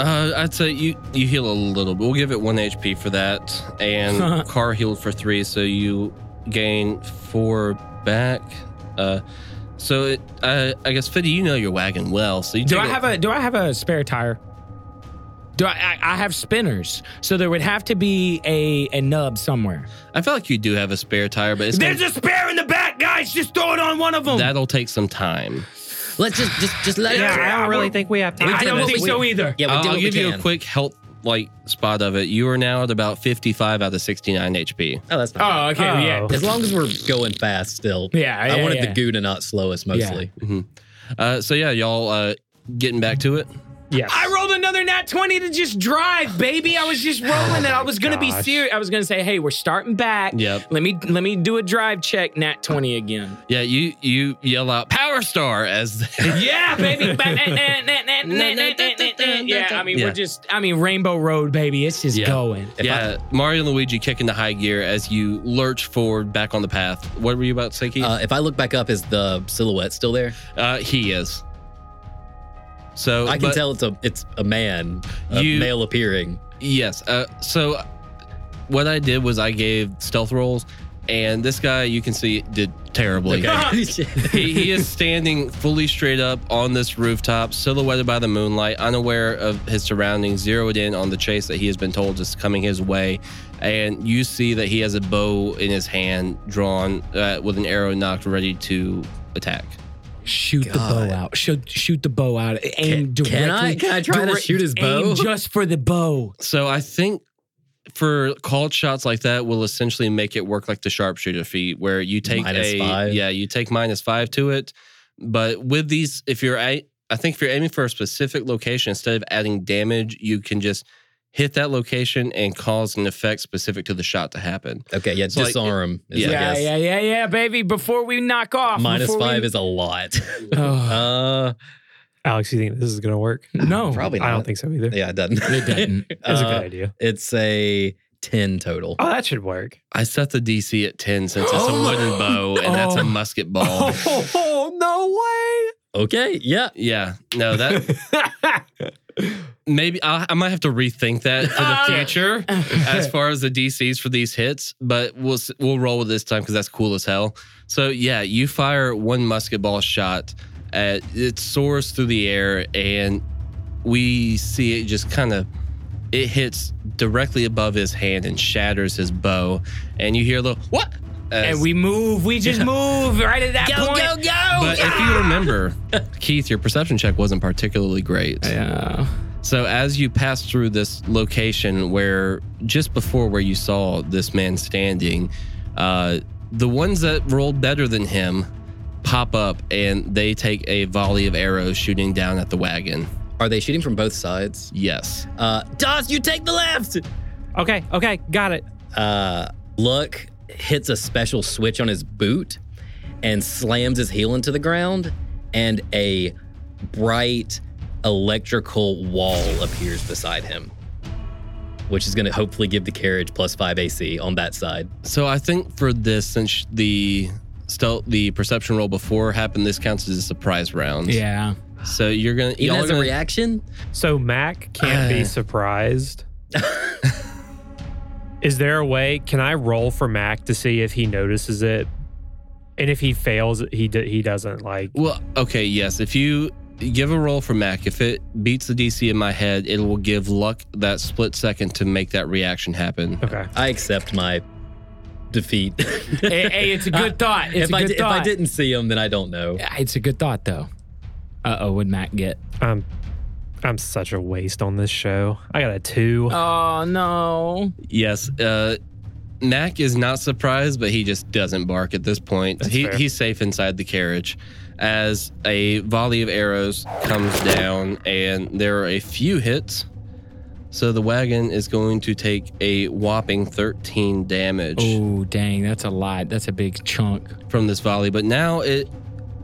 S1: Uh, I'd say you you heal a little bit. We'll give it one HP for that, and Car healed for three, so you gain four back. Uh, so it, uh, I guess Fiddy, you know your wagon well, so you
S2: Do
S1: take
S2: I have a do I have a spare tire? Do I, I I have spinners. So there would have to be a a nub somewhere.
S1: I feel like you do have a spare tire, but it's
S2: There's
S1: gonna-
S2: a spare in the back, guys. Just throw it on one of them.
S1: that'll take some time.
S5: Let's just just just let
S4: Yeah,
S5: it.
S4: I don't really think we have time.
S2: I
S4: for
S2: don't
S4: this.
S2: think
S4: We-
S2: so either.
S5: Yeah, we did
S1: I'll
S5: what
S1: give
S5: we
S1: you a
S5: can.
S1: quick health like spot of it. You are now at about fifty five out of sixty nine HP.
S5: Oh, that's not.
S2: Oh, okay.
S4: Oh.
S2: Yeah.
S5: As long as we're going fast still.
S2: Yeah,
S5: I
S2: yeah,
S5: wanted
S2: yeah.
S5: the goo to not slow us mostly.
S1: Uh, so yeah, y'all uh, getting back to it.
S4: Yes.
S2: I rolled another nat 20 to just drive, baby. I was just rolling it.
S5: Oh
S2: I was going to be
S4: gosh.
S2: serious. I was going to say, "Hey, we're starting back.
S1: Yep.
S2: Let me let me do a drive check nat 20 again."
S1: Yeah, you you yell out Power Star as
S2: Yeah, baby. Ba- eh, eh, eh, eh, eh, eh, eh, eh. Yeah, I mean,
S1: Yeah.
S2: we're just I mean, Rainbow Road, baby. It's just
S1: Yeah.
S2: going.
S1: yeah, Mario and Luigi kick into high gear as you lurch forward back on the path. What were you about to say, Keith?
S5: Uh, if I look back up, is the silhouette still there?
S1: Uh, he is. So
S5: I can
S1: but-
S5: tell it's a it's a man, a
S1: You-
S5: male appearing.
S1: Yes. Uh, so what I did was I gave stealth rolls, and this guy you can see did terribly. he, he is standing fully straight up on this rooftop, silhouetted by the moonlight, unaware of his surroundings, zeroed in on the chase that he has been told is coming his way. And you see that he has a bow in his hand, drawn uh, with an arrow knocked, ready to attack.
S2: Shoot the bow out. Shoot, shoot the bow out. Aim directly.
S5: can I- can I try to
S2: direct-
S5: shoot his bow?
S2: Aim just for the bow.
S1: So I think for called shots like that will essentially make it work like the sharpshooter feat, where you take
S5: Minus
S1: a
S5: five.
S1: yeah, you take minus five to it. But with these, if you're a, I think if you're aiming for a specific location instead of adding damage, you can just hit that location and cause an effect specific to the shot to happen.
S5: Okay, yeah,
S1: So, like,
S5: disarm. is,
S1: yeah.
S5: I
S2: Yeah,
S5: guess.
S2: yeah, yeah, yeah, baby. Before we knock off.
S5: Minus
S2: before we-
S5: five is a lot.
S2: Oh.
S5: uh,
S4: Alex, you think this is gonna work?
S2: No,
S5: probably not.
S4: I don't think so either.
S5: Yeah, it doesn't.
S2: it doesn't.
S4: It's a
S5: Uh,
S4: good idea.
S5: It's a ten total.
S4: Oh, that should work.
S1: I set the DC at ten since it's a
S2: Oh.
S1: wooden bow and that's
S2: Oh.
S1: a musket ball.
S2: Oh, no
S5: Okay, yeah.
S1: Yeah, no, that
S2: way.
S1: maybe I, I might have to rethink that for the
S2: Ah.
S1: future. as far as the DCs for these hits, but we'll s- we'll roll with this time because that's cool as hell. So yeah, you fire one musket ball shot, at, it soars through the air, and we see it just kind of it hits directly above his hand and shatters his bow, and you hear the what? as-
S2: and we move. We just move right at that point. Go, go, go.
S1: but if you remember, Keith, your perception check wasn't particularly great.
S2: Yeah.
S1: So as you pass through this location where just before where you saw this man standing, uh, the ones that rolled better than him pop up and they take a volley of arrows shooting down at the wagon.
S5: Are they shooting from both sides?
S1: Yes.
S5: Uh, Doss, you take the left.
S4: Okay, okay, got it.
S5: Uh, Luck hits a special switch on his boot and slams his heel into the ground, and a bright electrical wall appears beside him, which is going to hopefully give the carriage plus five AC on that side.
S1: So I think for this, since the stealth, the perception roll before happened, this counts as a surprise round.
S2: Yeah.
S1: So you're gonna
S5: Even
S1: y'all
S5: as
S1: are
S5: a
S1: gonna-
S5: reaction,
S4: So Mac can't
S1: Uh.
S4: be surprised. Is there a way? Can I roll for Mac to see if he notices it? And if he fails, he d- he doesn't like.
S1: Well, okay, yes. If you give a roll for Mac, if it beats the DC in my head, it will give luck that split second to make that reaction happen.
S4: Okay,
S5: I accept my defeat.
S2: hey, hey, it's a good thought. It's
S5: if,
S2: a
S5: I
S2: good
S5: di- if
S2: thought.
S5: I didn't see him, then I don't know.
S2: It's a good thought though. Uh oh, would Matt get?
S4: I'm I'm such a waste on this show. I got a two.
S2: Oh no.
S1: Yes, uh, Mac is not surprised, but he just doesn't bark at this point.
S4: That's
S1: He,
S4: fair.
S1: he's safe inside the carriage as a volley of arrows comes down, and there are a few hits. So the wagon is going to take a whopping 13 damage.
S2: Oh dang, that's a lot. That's a big chunk.
S1: from this volley, but now it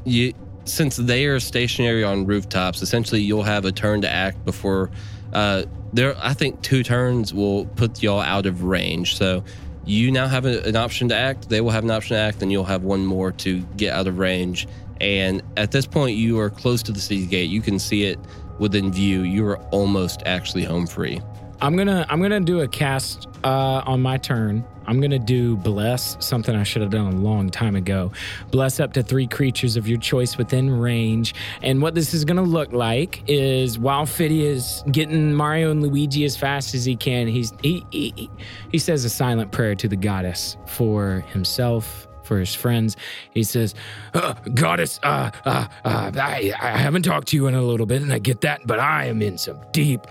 S1: you since they are stationary on rooftops, essentially you'll have a turn to act before uh there I think two turns will put y'all out of range. So you now have a, an option to act, they will have an option to act, and you'll have one more to get out of range. And at this point you are close to the city gate. You can see it within view. You are almost actually home free.
S2: I'm gonna I'm gonna do a cast uh, on my turn. I'm gonna do bless something I should have done a long time ago. Bless up to three creatures of your choice within range. And what this is gonna look like is while Fiddy is getting Mario and Luigi as fast as he can, he's he he, he- he says a silent prayer to the goddess for himself. For his friends, he says, uh, "Goddess, uh, uh, uh, I, I haven't talked to you in a little bit, and I get that, but I am in some deep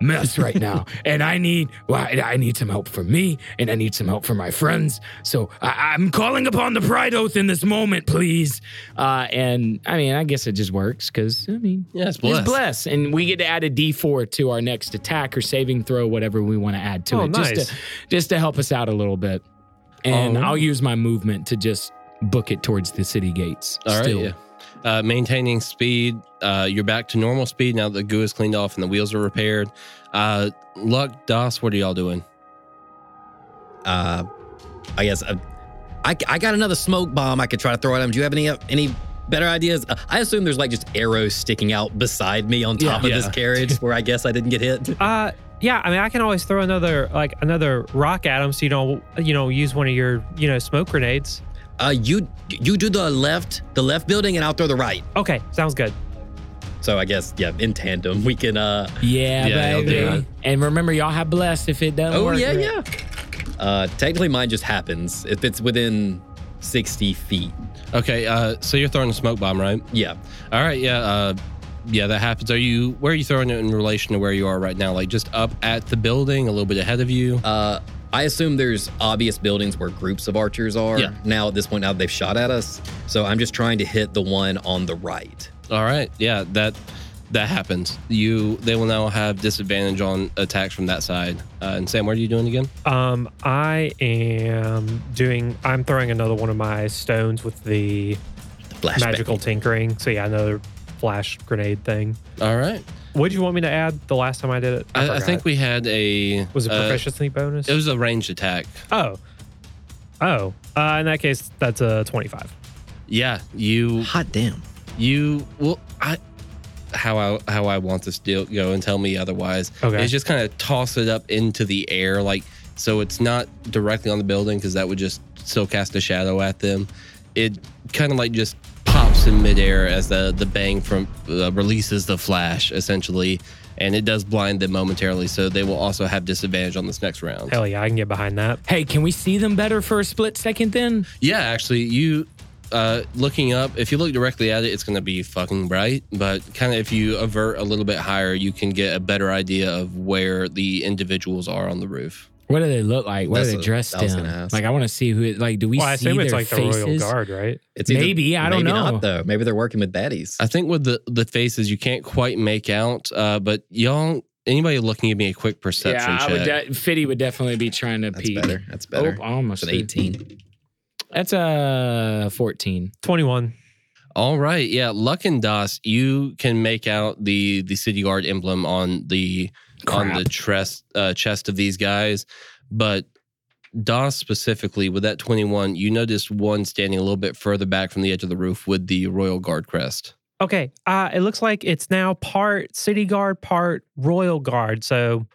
S3: mess right now, and I need well, I I need some help for me, and I need some help for my friends. So I, I'm calling upon the pride oath in this moment, please. Uh, and I mean, I guess it just works because I mean,
S1: Yeah, it's
S3: it's
S1: blessed.
S3: bless, and we get to add a D4 to our next attack or saving throw, whatever we want to add to
S4: Oh,
S3: it,
S4: nice.
S3: just to just to help us out a little bit. And
S4: Oh.
S3: I'll use my movement to just book it towards the city gates.
S1: All right,
S3: still.
S1: yeah. Uh, maintaining speed. Uh, you're back to normal speed now that the goo is cleaned off and the wheels are repaired. Uh, Luck, Dos, what are y'all doing?
S5: Uh, I guess uh, I, I got another smoke bomb I could try to throw at him. Do you have any uh, any better ideas? Uh, I assume there's like just arrows sticking out beside me on top
S1: Yeah.
S5: of this
S1: Yeah.
S5: carriage where I guess I didn't get hit.
S4: Uh, yeah. I mean, I can always throw another like another rock at him, so you don't you know use one of your you know smoke grenades.
S5: Uh, you you do the left the left building and I'll throw the right.
S4: Okay, sounds good.
S5: So I guess yeah, in tandem we can. Uh,
S2: Yeah,
S1: Yeah, I'll do
S2: baby.
S1: it.
S2: And remember, y'all have blessed if it doesn't
S5: oh
S2: work.
S5: yeah
S2: right?
S5: yeah. Uh, technically mine just happens if it's within sixty feet.
S1: Okay, uh, so you're throwing a smoke bomb, right?
S5: Yeah.
S1: All right, yeah, uh, yeah, that happens. Are you where are you throwing it in relation to where you are right now? Like just up at the building, a little bit ahead of you.
S5: Uh, I assume there's obvious buildings where groups of archers are
S1: Yeah.
S5: now at this point, now that they've shot at us. So I'm just trying to hit the one on the right.
S1: All right, yeah, that that happens. You they will now have disadvantage on attacks from that side. Uh, and Sam, what are you doing again?
S4: Um, I am doing. I'm throwing another one of my stones with the
S5: Flashback.
S4: magical tinkering. So yeah, another flash grenade thing.
S1: All right,
S4: What did you want me to add the last time I did it?
S1: I, I
S4: forgot.
S1: think we had a
S4: was it
S1: uh,
S4: proficiency bonus.
S1: it was a ranged attack.
S4: oh, oh. Uh, in that case, that's a twenty-five.
S1: Yeah, you
S5: Hot damn.
S1: you well I how I how I want this deal to go and tell me otherwise.
S4: Okay.
S1: It's just kind of toss it up into the air like so it's not directly on the building because that would just still cast a shadow at them. It kind of like just pops in midair as the the bang from uh, releases the flash essentially, and it does blind them momentarily. So they will also have disadvantage on this next round.
S4: Hell yeah, I can get behind that.
S2: Hey, can we see them better for a split second then?
S1: Yeah, actually, you uh, looking up. If you look directly at it, it's going to be fucking bright. But kind of if you avert a little bit higher, you can get a better idea of where the individuals are on the roof.
S2: What do they look like? What
S5: That's
S2: are they
S5: what
S2: dressed
S5: I was
S2: in?
S5: gonna ask.
S2: Like, I want to see who. It, like, do we
S4: well, I
S2: see
S4: assume
S2: their
S4: it's like
S2: faces?
S4: the royal guard, right?
S5: It's either-
S2: Maybe, I don't
S5: maybe
S2: know.
S5: Not, though. Maybe they're working with baddies.
S1: I think with the the faces, you can't quite make out. Uh, but y'all, anybody looking at me, a quick perception
S2: yeah, I would.
S1: check.
S2: De- Fitty would definitely be trying to
S5: That's
S2: peek.
S5: better. That's
S2: Oh,
S5: better.
S2: almost
S5: It's an
S2: did.
S5: 18.
S2: That's a uh, fourteen.
S4: Twenty-one.
S1: All right, yeah, Luck and Das, you can make out the the city guard emblem on the on the chest uh, chest of these guys, but Das specifically with that twenty one, you noticed one standing a little bit further back from the edge of the roof with the royal guard crest.
S4: Okay. Uh, it looks like it's now part city guard, part royal guard. So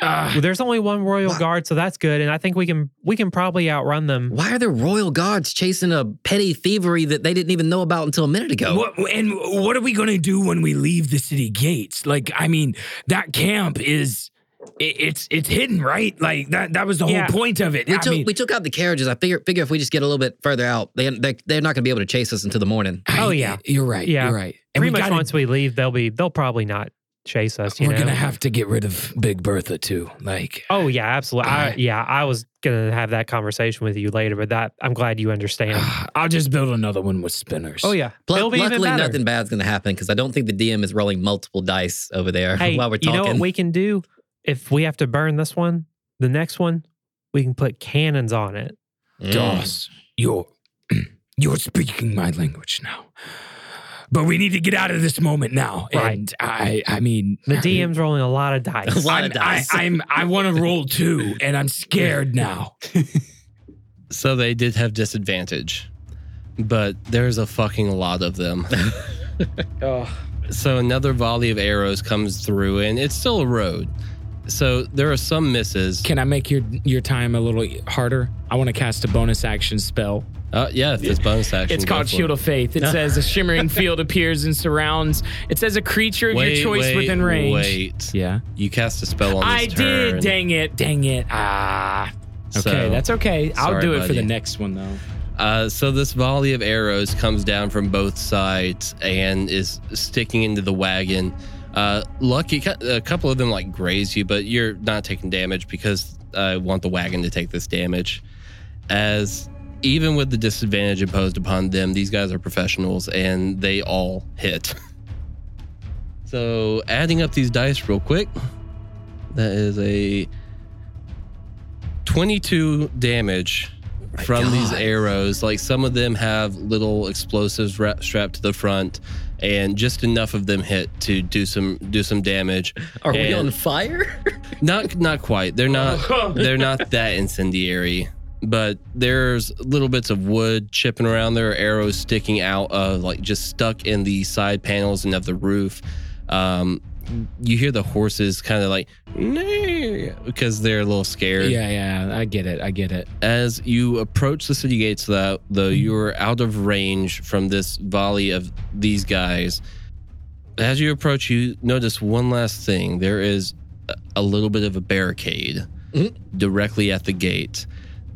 S3: Ah,
S4: there's only one royal
S5: Wow.
S4: guard, so that's good. And I think we can we can probably outrun them.
S5: Why are there royal guards chasing a petty thievery that they didn't even know about until a minute ago?
S3: what, and what are we going to do when we leave the city gates? Like, I mean, that camp is it, it's it's hidden, right? Like that that was the
S4: Yeah.
S3: whole point of it.
S5: We
S3: I
S5: took,
S3: mean,
S5: we took out the carriages. I figure figure if we just get a little bit further out, they, they they're not going to be able to chase us until the morning.
S3: I-
S4: Oh, yeah.
S3: you're right.
S4: Yeah.
S3: You're right. And
S4: Pretty
S3: we
S4: much
S3: gotta-
S4: once we leave, they'll be they'll probably not chase us. You
S3: we're
S4: know.
S3: gonna have to get rid of Big Bertha too. Like,
S4: oh yeah, absolutely. I,
S3: Alright.
S4: yeah, I was gonna have that conversation with you later, but that I'm glad you understand.
S2: Ah,
S3: ah, I'll just build another one with spinners.
S4: oh yeah,
S5: Plu-
S4: it'll be even
S5: luckily,
S4: better.
S5: nothing bad's going to happen because I don't think the DM is rolling multiple dice over there
S4: hey,
S5: while we're
S4: you
S5: talking.
S4: know what we can do? If we have to burn this one, the next one, we can put cannons on it.
S5: Mm.
S3: Doss, you're you're speaking my language now. But we need to get out of this moment now.
S4: Right.
S3: And I I mean
S4: The DM's rolling a lot of
S5: A
S4: dice.
S5: lot
S3: I'm,
S5: of
S3: I,
S5: dice.
S3: I'm I want to roll two, and I'm scared now.
S1: So they did have disadvantage, but there's a fucking lot of them. So another volley of arrows comes through, and it's still a road. So there are some misses.
S2: Can I make your your time a little harder? I want to cast a bonus action spell.
S1: Uh, yeah, if it's bonus action.
S2: It's
S1: go
S2: called
S1: for it.
S2: Shield of Faith. It says a shimmering field appears and surrounds. It says a creature of your choice within range.
S1: Wait.
S2: Yeah.
S1: You cast a spell on this
S2: I
S1: turn.
S2: did. Dang it. Dang it. Ah. Okay,
S1: So-
S2: that's okay. I'll
S1: sorry,
S2: do it for
S1: buddy.
S2: the next one though.
S1: Uh, so this volley of arrows comes down from both sides and is sticking into the wagon. Uh, lucky, cou- a couple of them like graze you, but you're not taking damage because I want the wagon to take this damage. As even with the disadvantage imposed upon them, these guys are professionals and they all hit. so adding up these dice real quick, that is a 22 damage from these arrows. Like some of them have little explosives ra- strapped to the front, and just enough of them hit to do some do some damage.
S5: Are we
S1: And-
S5: on fire?
S1: Not not quite. They're not they're not that incendiary. But there's little bits of wood chipping around there, arrows sticking out of like just stuck in the side panels and of the roof. Um, you hear the horses kind of like "Neigh," because they're a little scared
S2: yeah, yeah. I get it. I get it.
S1: as you approach the city gates though, though you're out of range from this volley of these guys as you approach you notice one last thing there is a- a little bit of a barricade
S2: Mm-hmm.
S1: directly at the gate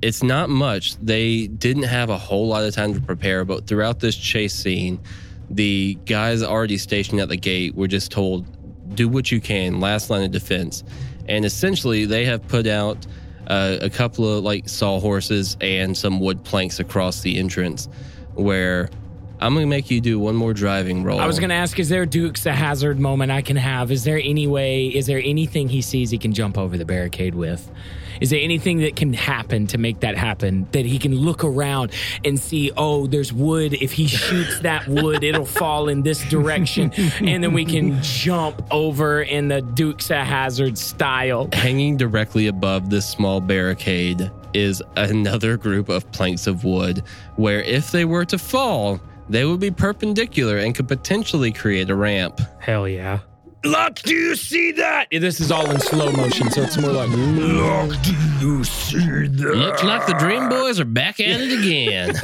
S1: it's not much they didn't have a whole lot of time to prepare but throughout this chase scene the guys already stationed at the gate were just told do what you can last line of defense and essentially they have put out uh, a couple of like saw horses and some wood planks across the entrance where i'm gonna make you do one more driving roll
S2: I was gonna ask, is there Duke's a hazard moment I can have? Is there any way? Is there anything he sees he can jump over the barricade with? Is there anything that can happen to make that happen? That he can look around and see, oh, there's wood. If he shoots that wood, it'll fall in this direction, and then we can jump over in the Duke's a hazard style.
S1: hanging directly above this small barricade is another group of planks of wood where if they were to fall they would be perpendicular and could potentially create a ramp
S4: Hell yeah.
S3: Luck, do you see that?
S2: This is all in slow motion, so it's more like.
S3: Luck, do you see that?
S1: looks like the dream boys are back at it again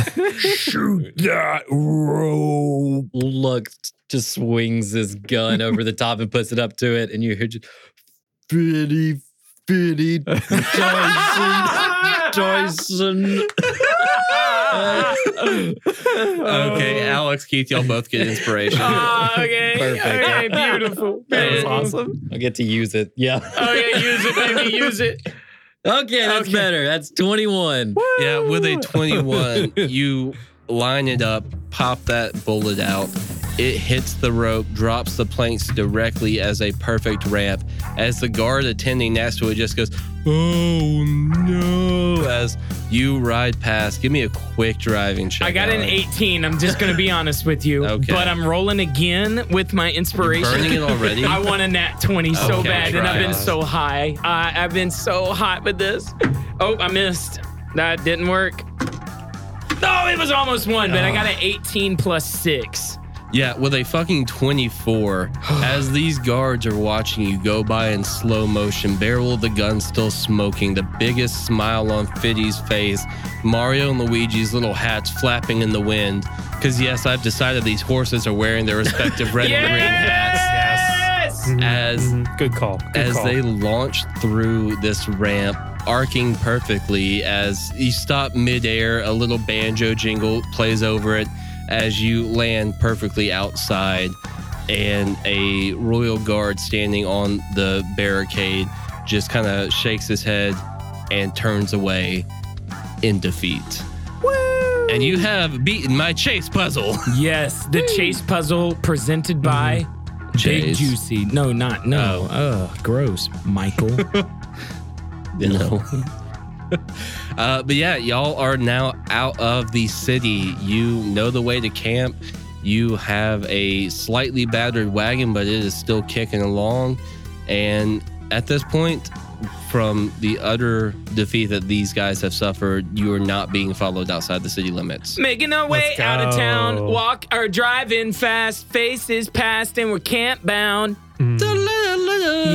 S3: Shoot that rope.
S5: Look, just swings his gun over the top and puts it up to it, and you hear just fitty, fitty, Dyson, Dyson.
S1: okay alex keith y'all both get inspiration
S2: okay.
S5: Perfect.
S2: Okay, beautiful.
S1: That was
S2: Beautiful.
S1: awesome.
S5: I get to use it. Yeah.
S2: Oh yeah, use it, baby, use it.
S5: Okay, that's better. That's 21.
S1: Yeah, with a 21, you line it up, pop that bullet out. It hits the rope, drops the planks directly as a perfect ramp. As the guard attending next to it just goes, Oh no! As you ride past, give me a quick driving check.
S2: I got an
S1: Alex.
S2: 18. I'm just gonna be honest with you,
S1: Okay.
S2: but I'm rolling again with my
S1: Burning
S2: inspiration.
S1: it already?
S2: I want a nat 20 so
S1: Okay,
S2: bad, and I've been
S1: try.
S2: so high. I I've been so hot with this. Oh, I missed. That didn't work. No, it was almost one, but I got an 18 plus six.
S1: Yeah, with a fucking 24. as these guards are watching you go by in slow motion, barrel of the gun still smoking, the biggest smile on Fiddy's face, Mario and Luigi's little hats flapping in the wind. Because, yes, I've decided these horses are wearing their respective red and green hats.
S2: Yes!
S1: As
S4: Mhm. Good call. Good
S1: as
S4: call.
S1: they launch through this ramp, arcing perfectly as you stop midair, a little banjo jingle plays over it as you land perfectly outside, and a royal guard standing on the barricade just kind of shakes his head and turns away in defeat. And you have beaten my chase puzzle.
S2: Yes, the chase puzzle presented by Big
S1: Mm-hmm. Chase.
S2: Juicy. No, not no. Oh, gross, Michael.
S1: you know. uh, but yeah, y'all are now out of the city. You know the way to camp. You have a slightly battered wagon, but it is still kicking along. And at this point, from the utter defeat that these guys have suffered, you are not being followed outside the city limits.
S2: Making our way
S4: Let's
S2: out of town,
S4: go.
S2: walk or driving fast, faces past, and we're camp bound.
S4: Mm.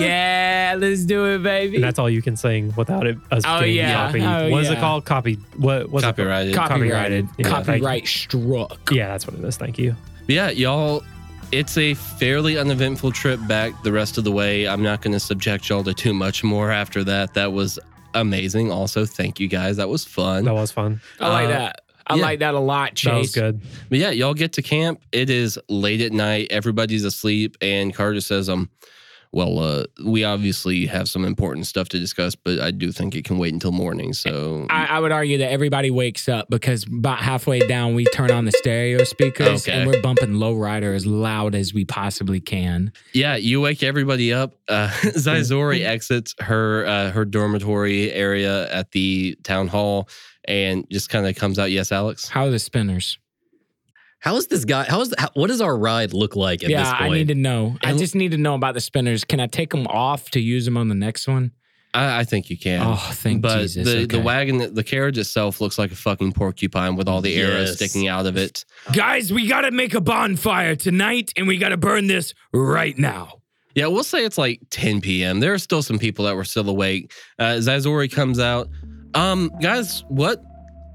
S2: Yeah, let's do it, baby.
S4: and that's all you can sing without it us
S2: Oh,
S4: being
S2: yeah.
S4: copied.
S2: Oh,
S4: what is
S2: yeah.
S4: it called? Copied. What was
S1: Copyrighted.
S2: copyrighted.
S4: copyrighted. Yeah, thank you.
S2: Copyright struck.
S4: it? Yeah, that's what it is. Thank you.
S1: yeah, y'all, it's a fairly uneventful trip back the rest of the way. I'm not going to subject y'all to too much more after that. That was amazing. Also, thank you guys. That was fun.
S4: That was fun.
S2: I like
S1: Uh,
S2: that. I
S7: I
S8: Yeah.
S7: like that a lot,
S4: That was
S7: Chase.
S4: good.
S1: But yeah, y'all get to camp. It is late at night. Everybody's asleep, and Carter says, "Um, well, uh, we obviously have some important stuff to discuss, but I do think it can wait until morning." So
S7: I, I would argue that everybody wakes up because about halfway down, we turn on the stereo speakers
S1: Okay.
S7: and we're bumping Lowrider as loud as we possibly can.
S1: yeah, you wake everybody up. Uh, Zizori exits her uh, her dormitory area at the town hall and just kind of comes out. Yes, Alex.
S7: How are the spinners?
S5: How is this guy? How is how, what does our ride look like at
S7: yeah,
S5: this point?
S7: I need to know. I
S1: And-
S7: just need to know about the spinners. Can I take them off to use them on the next one?
S1: I, I think you can.
S7: Oh, thank
S1: but
S7: Jesus.
S1: the the
S7: okay.
S1: wagon, the carriage itself looks like a fucking porcupine with all the arrows
S5: Yes.
S1: sticking out of it.
S2: Guys, we gotta make a bonfire tonight and we gotta burn this right now.
S1: Yeah, we'll say it's like 10 p.m. There are still some people that were still awake. Uh, Zazori comes out. Um, guys, what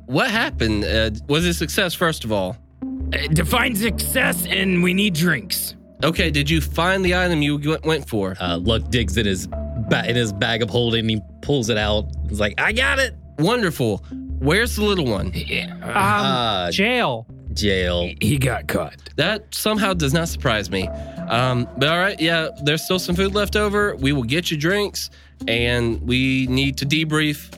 S1: what happened? Uh, was it a success? First of all,
S2: Uh, define success and we need drinks.
S1: okay. Did you find the item you w- went for?
S5: Uh, Luck digs in his ba- in his bag of holding. He pulls it out. He's like, "I got it."
S1: Wonderful. Where's the little one?
S4: Um,
S5: Ah,
S4: jail.
S5: jail.
S2: uh, He got caught.
S1: That somehow does not surprise me. Um, but all right, yeah, there's still some food left over. We will get you drinks, and we need to debrief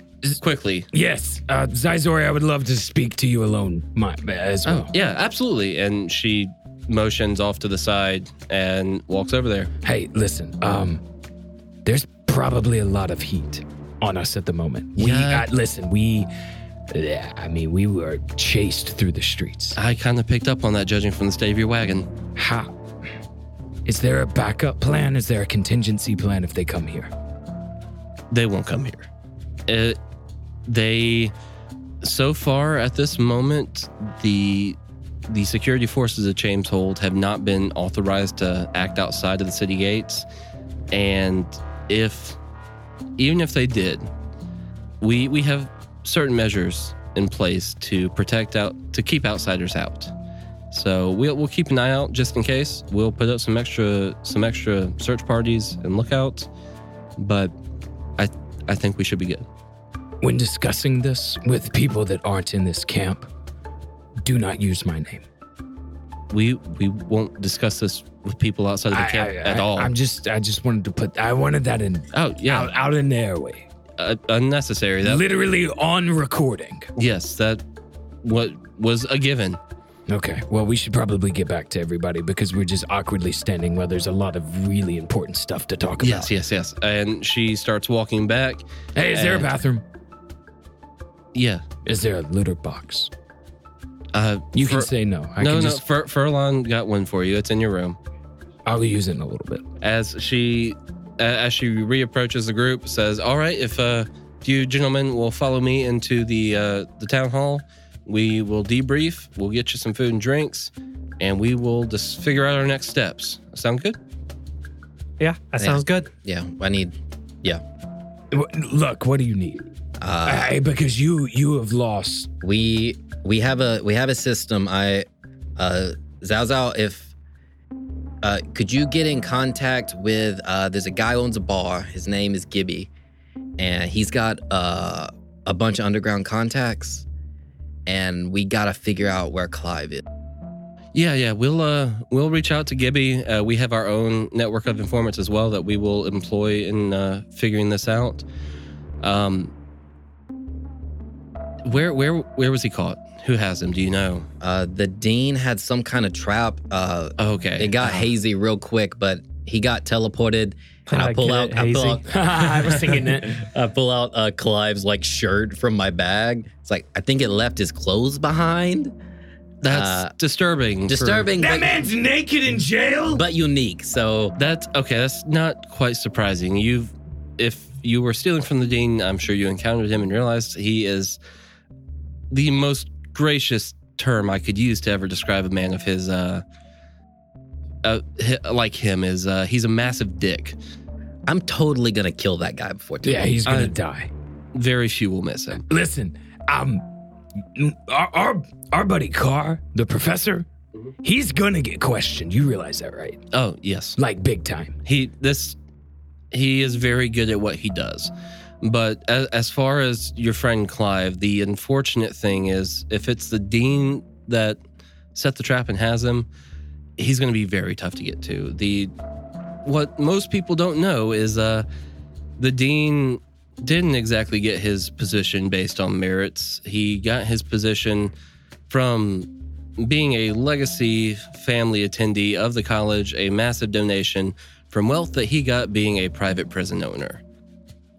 S1: quickly.
S2: Yes, uh, Zizori, I would love to speak to you alone my, as well.
S1: Yeah, absolutely. And she motions off to the side and walks over there.
S2: Hey, listen, um, there's probably a lot of heat on us at the moment. We,
S1: Yeah.
S2: uh, listen, we, yeah, I mean, we were chased through the streets.
S1: I kind of picked up on that judging from the state of your wagon.
S2: Ha. Is there a backup plan? Is there a contingency plan if they come here?
S1: They won't come here. It, they, so far at this moment, the the security forces of Chameshold have not been authorized to act outside of the city gates, and if even if they did, we we have certain measures in place to protect out to keep outsiders out. So we'll we'll keep an eye out just in case. We'll put up some extra some extra search parties and lookouts. But I I think we should be good.
S2: When discussing this with people that aren't in this camp, do not use my name.
S1: We we won't discuss this with people outside of the
S2: I-
S1: camp
S2: I-
S1: at
S2: I-
S1: all.
S2: I'm just, I just wanted to put, I wanted that in,
S1: oh yeah,
S2: out, out in the airway.
S1: uh, unnecessary. That
S2: Literally on recording.
S1: yes, that what was a given.
S2: Okay. Well, we should probably get back to everybody because we're just awkwardly standing where there's a lot of really important stuff to talk about.
S1: Yes, yes, yes. And she starts walking back.
S2: Hey, is there a
S1: And-
S2: bathroom?
S1: Yeah.
S2: Is there a litter box?
S1: Uh,
S2: You can
S1: Fur-
S2: say no. I
S1: no,
S2: can
S1: no.
S2: just,
S1: Fur- Furlon got one for you. It's in your room.
S2: I'll use it in a little bit.
S1: as she uh, as she reapproaches the group says all right if uh if you gentlemen will follow me into the uh the town hall we will debrief we'll get you some food and drinks and we will just figure out our next steps sound good
S4: Yeah, that
S5: Yeah.
S4: sounds good.
S5: Yeah, I need. Yeah,
S2: W- Look, what do you need?
S5: uh,
S2: Hey, because you you have lost.
S5: we we have a we have a system. I, uh, Zao Zao, if uh, could you get in contact with? Uh, there's a guy who owns a bar. His name is Gibby, and he's got uh, a bunch of underground contacts, and we gotta figure out where Clive is.
S1: yeah yeah we'll uh we'll reach out to gibby uh, we have our own network of informants as well that we will employ in uh figuring this out um where where where was he caught who has him do you know
S5: Uh, the dean had some kind of trap. Uh,
S1: Oh, okay
S5: it got hazy real quick, but he got teleported. And I
S4: Uh,
S5: pull
S4: get
S5: out.
S4: it,
S5: I pull
S4: Hazy.
S5: out.
S7: I was thinking it.
S5: I pull out uh, Clive's like shirt from my bag. It's like I think it left his clothes behind.
S1: That's
S5: Uh,
S1: disturbing. for-
S5: Disturbing,
S2: That
S5: but,
S2: man's naked in jail.
S5: but unique. So
S1: that's okay. That's not quite surprising. You've, if you were stealing from the dean, I'm sure you encountered him and realized he is the most gracious term I could use to ever describe a man of his, uh, uh, hi- like him is uh, he's a massive dick.
S5: I'm totally gonna kill that guy before. Too
S2: yeah, he's gonna
S1: Uh,
S2: die.
S1: Very few will miss him.
S2: Listen, um, our our, our buddy Carr, the professor, he's gonna get questioned. You realize that, right?
S1: Oh yes,
S2: Like big time.
S1: he. This he is very good at what he does. But as, as far as your friend Clive, the unfortunate thing is if it's the dean that set the trap and has him, he's going to be very tough to get to. The what most people don't know is uh the dean didn't exactly get his position based on merits. He got his position from being a legacy family attendee of the college, a massive donation from wealth that he got being a private prison owner.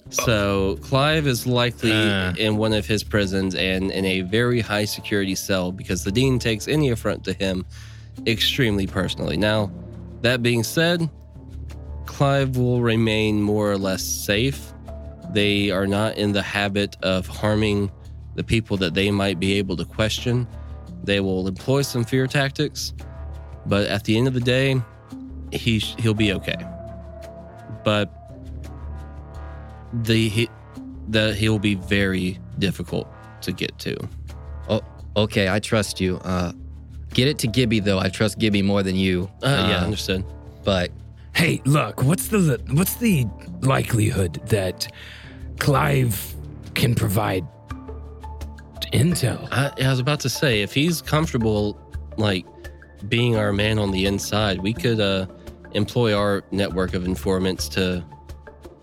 S1: So Clive is likely
S5: Uh.
S1: in one of his prisons and in a very high security cell because the dean takes any affront to him extremely personally. Now, that being said, Clive will remain more or less safe. They are not in the habit of harming the people that they might be able to question. They will employ some fear tactics, but at the end of the day, he sh- he'll be okay. But the he, the he'll be very difficult to get to.
S5: Okay, I trust you. Uh, get it to Gibby though. I trust Gibby more than you.
S1: Uh, yeah, understood.
S5: but
S3: Hey, look, what's the what's the likelihood that Clive can provide intel?
S1: I, I was about to say, if he's comfortable, like being our man on the inside, we could uh, employ our network of informants to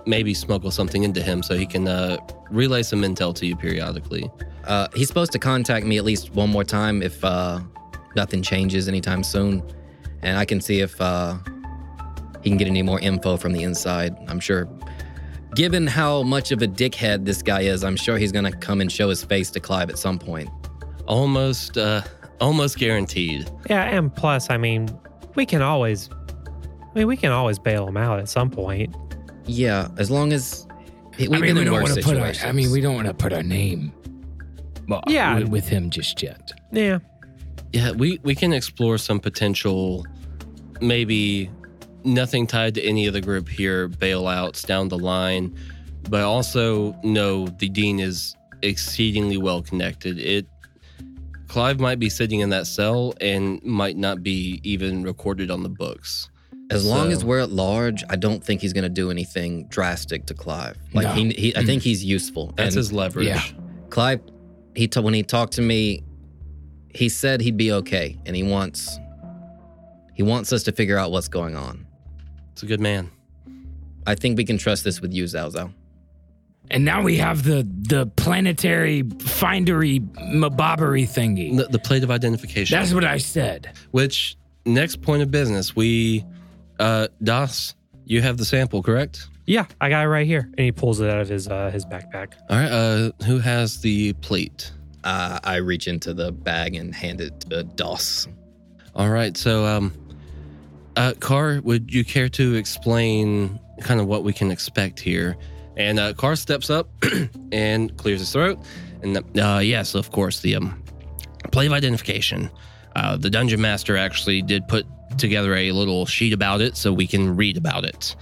S1: maybe smuggle something into him so he can uh, relay some intel to you periodically.
S5: uh, he's supposed to contact me at least one more time if uh, nothing changes anytime soon, and I can see if uh, he can get any more info from the inside. I'm sure. Given how much of a dickhead this guy is, I'm sure he's gonna come and show his face to Clive at some point.
S1: Almost, uh, almost guaranteed.
S4: Yeah, and plus, I mean, we can always, I mean, we can always bail him out at some point.
S5: Yeah, as long as he,
S3: I mean,
S5: we've been
S3: we
S5: in
S3: don't
S5: worse
S3: want to put our,
S5: situations.
S3: I mean, we don't want to put our name. Well,
S4: Yeah.
S3: with, with him just yet.
S4: Yeah,
S1: Yeah, we we can explore some potential, maybe nothing tied to any of the group here bailouts down the line, but also no, the dean is exceedingly well connected. It Clive might be sitting in that cell and might not be even recorded on the books.
S5: As long as
S1: So-
S5: we're at large, I don't think he's going to do anything drastic to Clive. Like
S3: No. Mm.
S5: he, he I think he's useful.
S1: That's
S5: and
S1: his leverage.
S3: yeah.
S5: Clive, he t- when he talked to me, he said he'd be okay, and he wants he wants us to figure out what's going on.
S1: It's a good man.
S5: I think we can trust this with you, Zhao Zhao.
S3: And now we have the the planetary findery mabobbery thingy.
S1: The, the plate of identification.
S3: That's what I said.
S1: which next point of business, we uh Das, you have the sample, correct?
S4: yeah, I got it right here, and he pulls it out of his uh, his backpack.
S1: All right. Uh, who has the plate?
S5: Uh, I reach into the bag and hand it to Doss.
S1: All right. So, um, uh, Carr, would you care to explain kind of what we can expect here? And uh, Carr steps up and clears his throat. And uh, yes, of course, the um, plate of identification. Uh, the dungeon master actually did put together a little sheet about it, so we can read about it.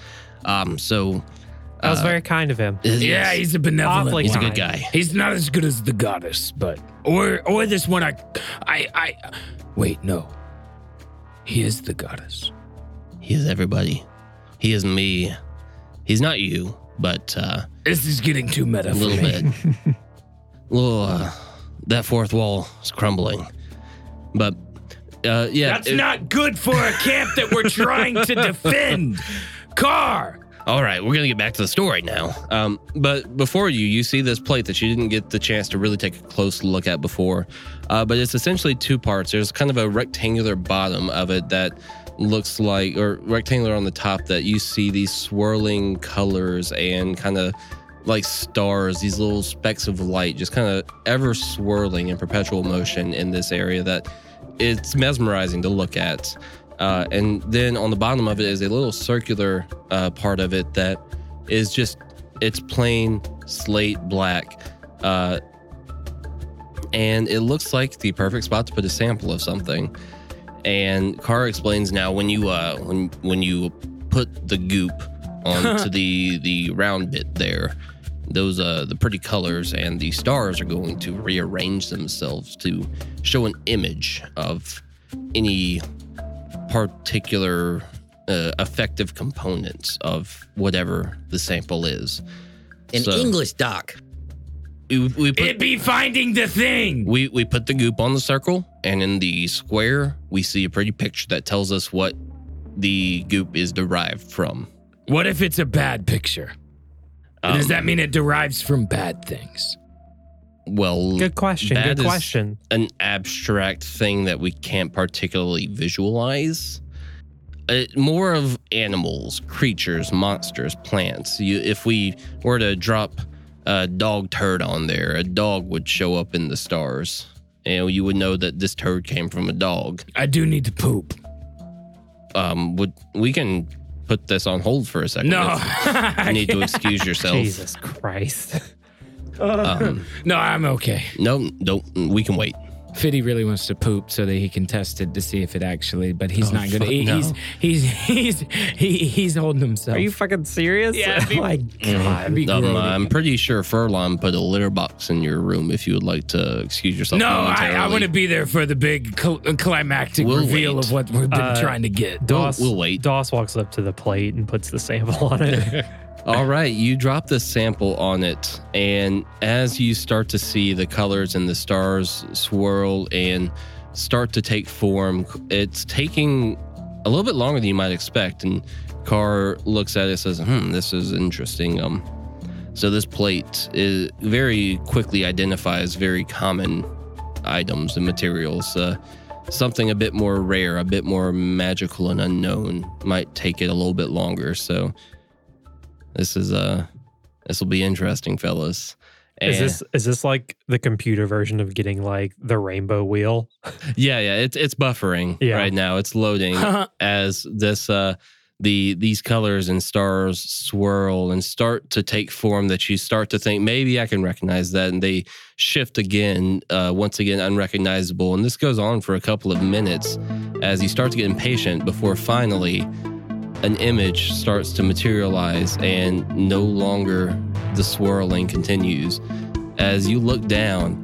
S1: Um, so
S4: That was
S1: Uh,
S4: very kind of him.
S3: Yeah,
S1: yes,
S3: he's a benevolent.
S4: Awfully
S1: he's a
S3: one.
S1: good guy.
S3: He's not as good as the goddess, but or or this one. I, I, I. Wait, no. He is the goddess.
S1: He is everybody. He is me. He's not you, but uh,
S3: This is getting too meta
S1: a
S3: for
S1: little
S3: me.
S1: bit. little, uh, that fourth wall is crumbling. But uh, yeah,
S3: That's
S1: it-
S3: not good for a camp that we're trying to defend. Car.
S1: all right. We're gonna get back to the story now. Um, but before you, you see this plate that you didn't get the chance to really take a close look at before. Uh, but it's essentially two parts. There's kind of a rectangular bottom of it that looks like, or rectangular on the top that you see these swirling colors and kind of like stars, these little specks of light, just kind of ever swirling in perpetual motion in this area that it's mesmerizing to look at. Uh, and then on the bottom of it is a little circular uh, part of it that is just it's plain slate black, uh, and it looks like the perfect spot to put a sample of something. And Carr explains now when you uh, when when you put the goop onto the the round bit there, those uh the pretty colors and the stars are going to rearrange themselves to show an image of any particular uh, effective components of whatever the sample is.
S5: In
S1: So-
S5: English, Doc.
S1: We, we put,
S3: It be finding the thing.
S1: we, we put the goop on the circle, and in the square, we see a pretty picture that tells us what the goop is derived from.
S3: What if it's a bad picture? Does
S1: Um,
S3: that mean it derives from bad things?
S1: well,
S4: Good question.
S1: That
S4: Good
S1: is-
S4: question.
S1: an abstract thing that we can't particularly visualize. Uh, more of animals, creatures, monsters, plants. You, if we were to drop a dog turd on there, a dog would show up in the stars. And you would know that this turd came from a dog.
S3: I do need to poop.
S1: Um, would we can put this on hold for a second?
S3: No,
S1: if You need to excuse yourself.
S4: Jesus Christ.
S1: Um,
S3: no, I'm okay.
S1: no, don't. We can wait.
S2: Fiddy really wants to poop so that he can test it to see if it actually, but he's not gonna.
S1: Oh, fuck
S2: he-
S1: no.
S2: He's he's he's he, he's holding himself.
S4: Are you fucking serious? Yeah. oh my god.
S2: Be
S1: Um,
S2: grody.
S1: I'm pretty sure Furlon put a litter box in your room if you would like to excuse yourself.
S3: No, I, I
S1: uh, momentarily.
S3: want to be there for the big cl- climactic
S1: We'll
S3: reveal
S1: wait.
S3: of what we've been
S4: Uh,
S3: trying to get.
S4: Doss,
S1: we'll wait.
S4: Doss walks up to the plate and puts the sample on it.
S1: All right, you drop the sample on it, and as you start to see the colors and the stars swirl and start to take form, it's taking a little bit longer than you might expect. And Carr looks at it and says, Hmm, this is interesting. Um, so this plate is very quickly identifies very common items and materials. Uh, something a bit more rare, a bit more magical and unknown might take it a little bit longer. So this is uh this will be interesting, fellas.
S4: Is
S1: And-
S4: this is this like the computer version of getting like the rainbow wheel?
S1: Yeah, yeah. It's it's buffering
S4: Yeah.
S1: right now. It's loading as this uh the these colors and stars swirl and start to take form that you start to think maybe I can recognize that and they shift again uh, once again unrecognizable and this goes on for a couple of minutes as you start to get impatient before finally an image starts to materialize and no longer the swirling continues as you look down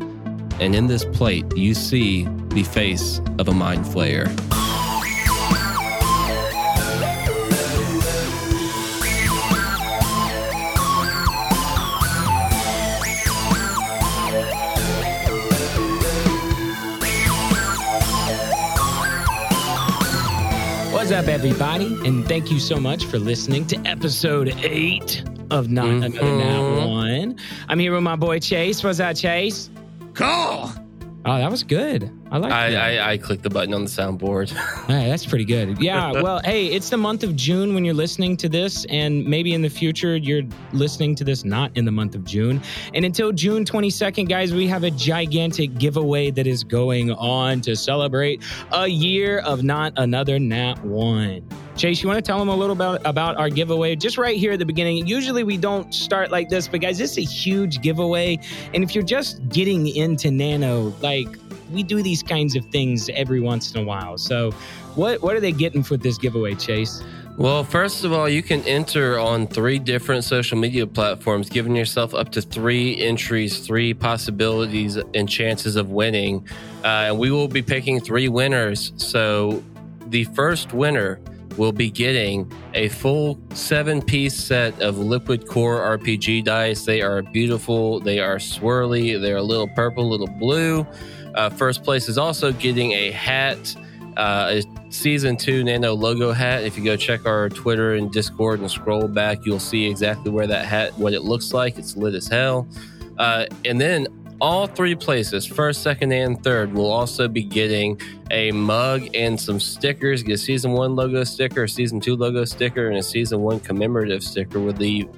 S1: and in this plate you see the face of a mind flayer
S2: What's up, everybody? And thank you so much for listening to episode eight of Not
S1: Mm-hmm.
S2: Another Nat One. I'm here with my boy Chase. What's up, Chase?
S5: Call.
S2: Oh, that was good. I like that.
S1: I, I, I clicked the button on the soundboard.
S2: Hey, that's pretty good. Yeah. Well, hey, it's the month of June when you're listening to this, and maybe in the future you're listening to this not in the month of June. And until June 22nd, guys, we have a gigantic giveaway that is going on to celebrate a year of not another Nat One. Chase, you want to tell them a little bit about our giveaway just right here at the beginning? Usually we don't start like this, but guys, this is a huge giveaway. And if you're just getting into Nano, like we do these kinds of things every once in a while. So, what what are they getting for this giveaway, Chase?
S1: well, first of all, you can enter on three different social media platforms, giving yourself up to three entries, three possibilities, and chances of winning. Uh, and we will be picking three winners. So the first winner will be getting a full seven piece set of liquid core RPG dice. They are beautiful, they are swirly, they're a little purple, little blue. Uh, first place is also getting a hat, uh, a season two Nano logo hat. If you go check our Twitter and Discord and scroll back, you'll see exactly where that hat, what it looks like. It's lit as hell. Uh, and then all three places, first, second, and third, will also be getting a mug and some stickers. Get a season one logo sticker, a season two logo sticker, and a season one commemorative sticker with the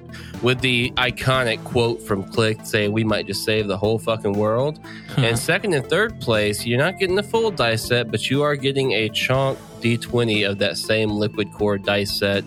S1: with the iconic quote from Click saying "We might just save the whole fucking world." And second and third place, you're not getting the full dice set, but you are getting a chunk D20 of that same liquid core dice set.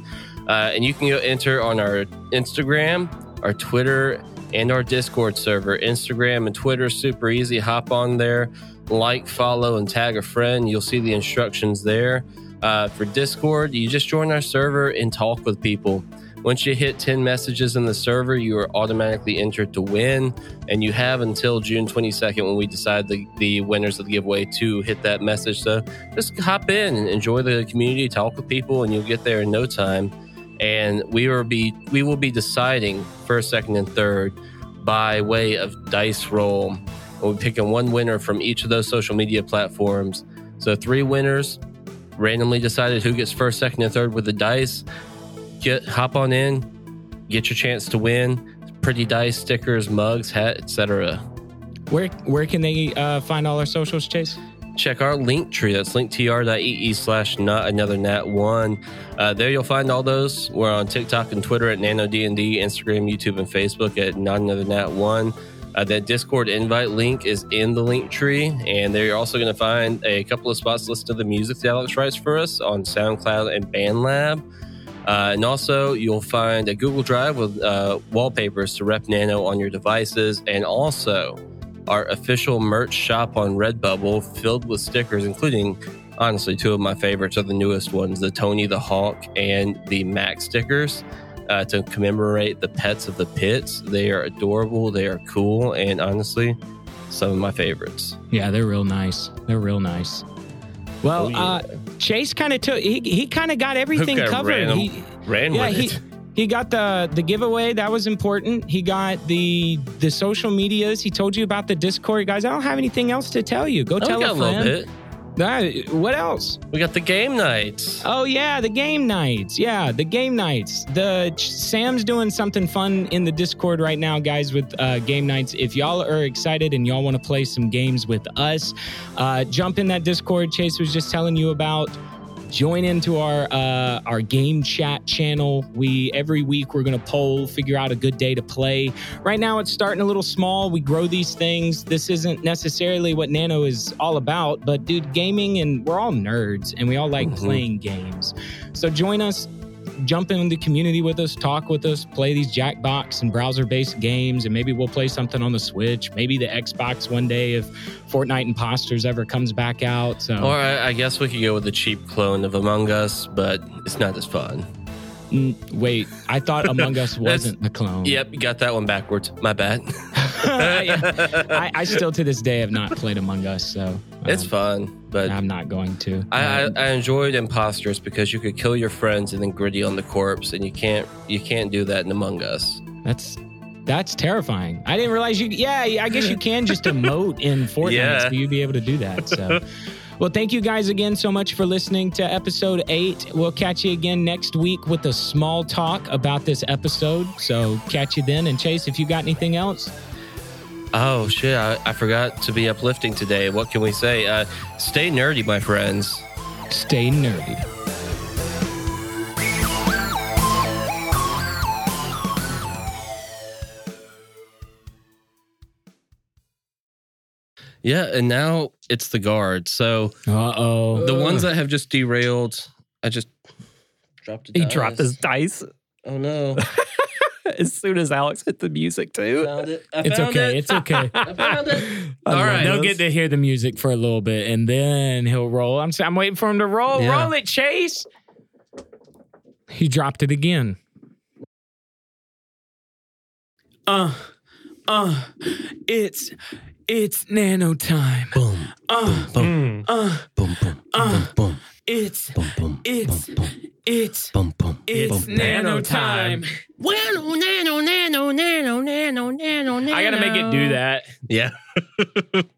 S1: Uh, and you can go enter on our Instagram, our Twitter, and our Discord server. Instagram and Twitter, super easy. Hop on there, like, follow, and tag a friend. You'll see the instructions there. Uh, for Discord, you just join our server and talk with people. Once you hit 10 messages in the server, you are automatically entered to win. And you have until June 22nd when we decide the, the winners of the giveaway to hit that message. So just hop in and enjoy the community, talk with people, and you'll get there in no time. And we will be we will be deciding first, second, and third by way of dice roll. And we're picking one winner from each of those social media platforms. So three winners randomly decided who gets first, second, and third with the dice. Get hop on in, get your chance to win. Pretty dice, stickers, mugs, hat, etc.
S2: Where where can they uh, find all our socials, Chase?
S1: check our link tree. That's linktr.ee slash not another nat one. Uh, there you'll find all those. We're on TikTok and Twitter at NanoDND, Instagram, YouTube, and Facebook at not another nat one. Uh, that Discord invite link is in the link tree. And there you're also going to find a couple of spots to listen to the music that Alex writes for us on SoundCloud and BandLab. Uh, and also, you'll find a Google Drive with uh, wallpapers to rep Nano on your devices. And also, our official merch shop on Redbubble filled with stickers, including honestly two of my favorites are the newest ones the Tony the Hawk and the Mac stickers uh, to commemorate the pets of the pits. They are adorable, they are cool, and honestly, some of my favorites.
S2: Yeah, they're real nice. They're real nice. Well, uh, Chase kind of took. He, he kind of got everything
S1: Okay,
S2: covered.
S1: random-
S2: He,
S1: Ran
S2: yeah,
S1: with
S2: he
S1: it.
S2: he got the the giveaway. That was important. He got the the social medias. He told you about the Discord, guys. I don't have anything else to tell you. Go
S1: Oh,
S2: tell
S1: we got a
S2: a
S1: little
S2: friend.
S1: bit.
S2: That- what else?
S1: We got the game nights.
S2: Oh yeah, the game nights. Yeah, the game nights. The Sam's doing something fun in the Discord right now, guys, with uh, game nights. If y'all are excited and y'all want to play some games with us, uh, jump in that Discord. Chase was just telling you about. Join into our uh, our game chat channel. We every week we're gonna poll, figure out a good day to play. Right now it's starting a little small. We grow these things. This isn't necessarily what Nano is all about, but dude, gaming and we're all nerds and we all like
S1: Mhm.
S2: playing games. So join us, jump in the community with us, talk with us, play these Jackbox and browser based games, and maybe we'll play something on the Switch, maybe the Xbox one day if Fortnite Imposters ever comes back out. So
S1: Or I, I guess we could go with the cheap clone of Among Us, but it's not as fun.
S2: Mm, wait, I thought Among Us wasn't the clone.
S1: Yep, you got that one backwards. My bad.
S2: I, I still to this day have not played Among Us, so um,
S1: it's fun, but
S2: I'm not going to.
S1: I, I,
S2: Um,
S1: I enjoyed imposters because you could kill your friends and then gritty on the corpse, and you can't you can't do that in Among Us.
S2: that's that's terrifying. I didn't realize you. Yeah, I guess you can just emote in Fortnite,
S1: Yeah.
S2: so you'd be able to do that. So. Well, thank you guys again so much for listening to episode eight. We'll catch you again next week with a small talk about this episode. So, catch you then. And, Chase, if you got anything else,
S1: Oh shit! I, I forgot to be uplifting today. What can we say? Uh, stay nerdy, my friends.
S2: stay nerdy.
S1: Yeah, and now it's the guard. So
S2: Uh oh.
S1: the ones that have just derailed, I just dropped. A
S4: He
S1: dice.
S4: dropped his dice
S1: Oh no!
S4: as soon as Alex hit the music too.
S1: found it. I
S2: It's
S1: found
S2: okay.
S1: It.
S2: It's okay.
S1: I found it.
S4: I
S1: All
S4: love
S1: right.
S2: They'll
S4: this.
S2: get to hear the music for a little bit, and then he'll roll. I'm s- I'm waiting for him to roll.
S1: Yeah.
S2: Roll it, Chase. He dropped it again. Uh, uh, it's it's nano time.
S5: Boom,
S2: Uh,
S4: Mm.
S2: uh,
S5: boom, boom,
S2: Uh,
S5: boom,
S2: it's
S5: boom, boom,
S2: it's-
S5: boom, boom,
S2: it's
S5: boom, boom,
S2: it's
S5: boom,
S2: nano time.
S9: Well, nano, nano, nano, nano, nano, nano.
S4: I gotta make it do that.
S1: Yeah.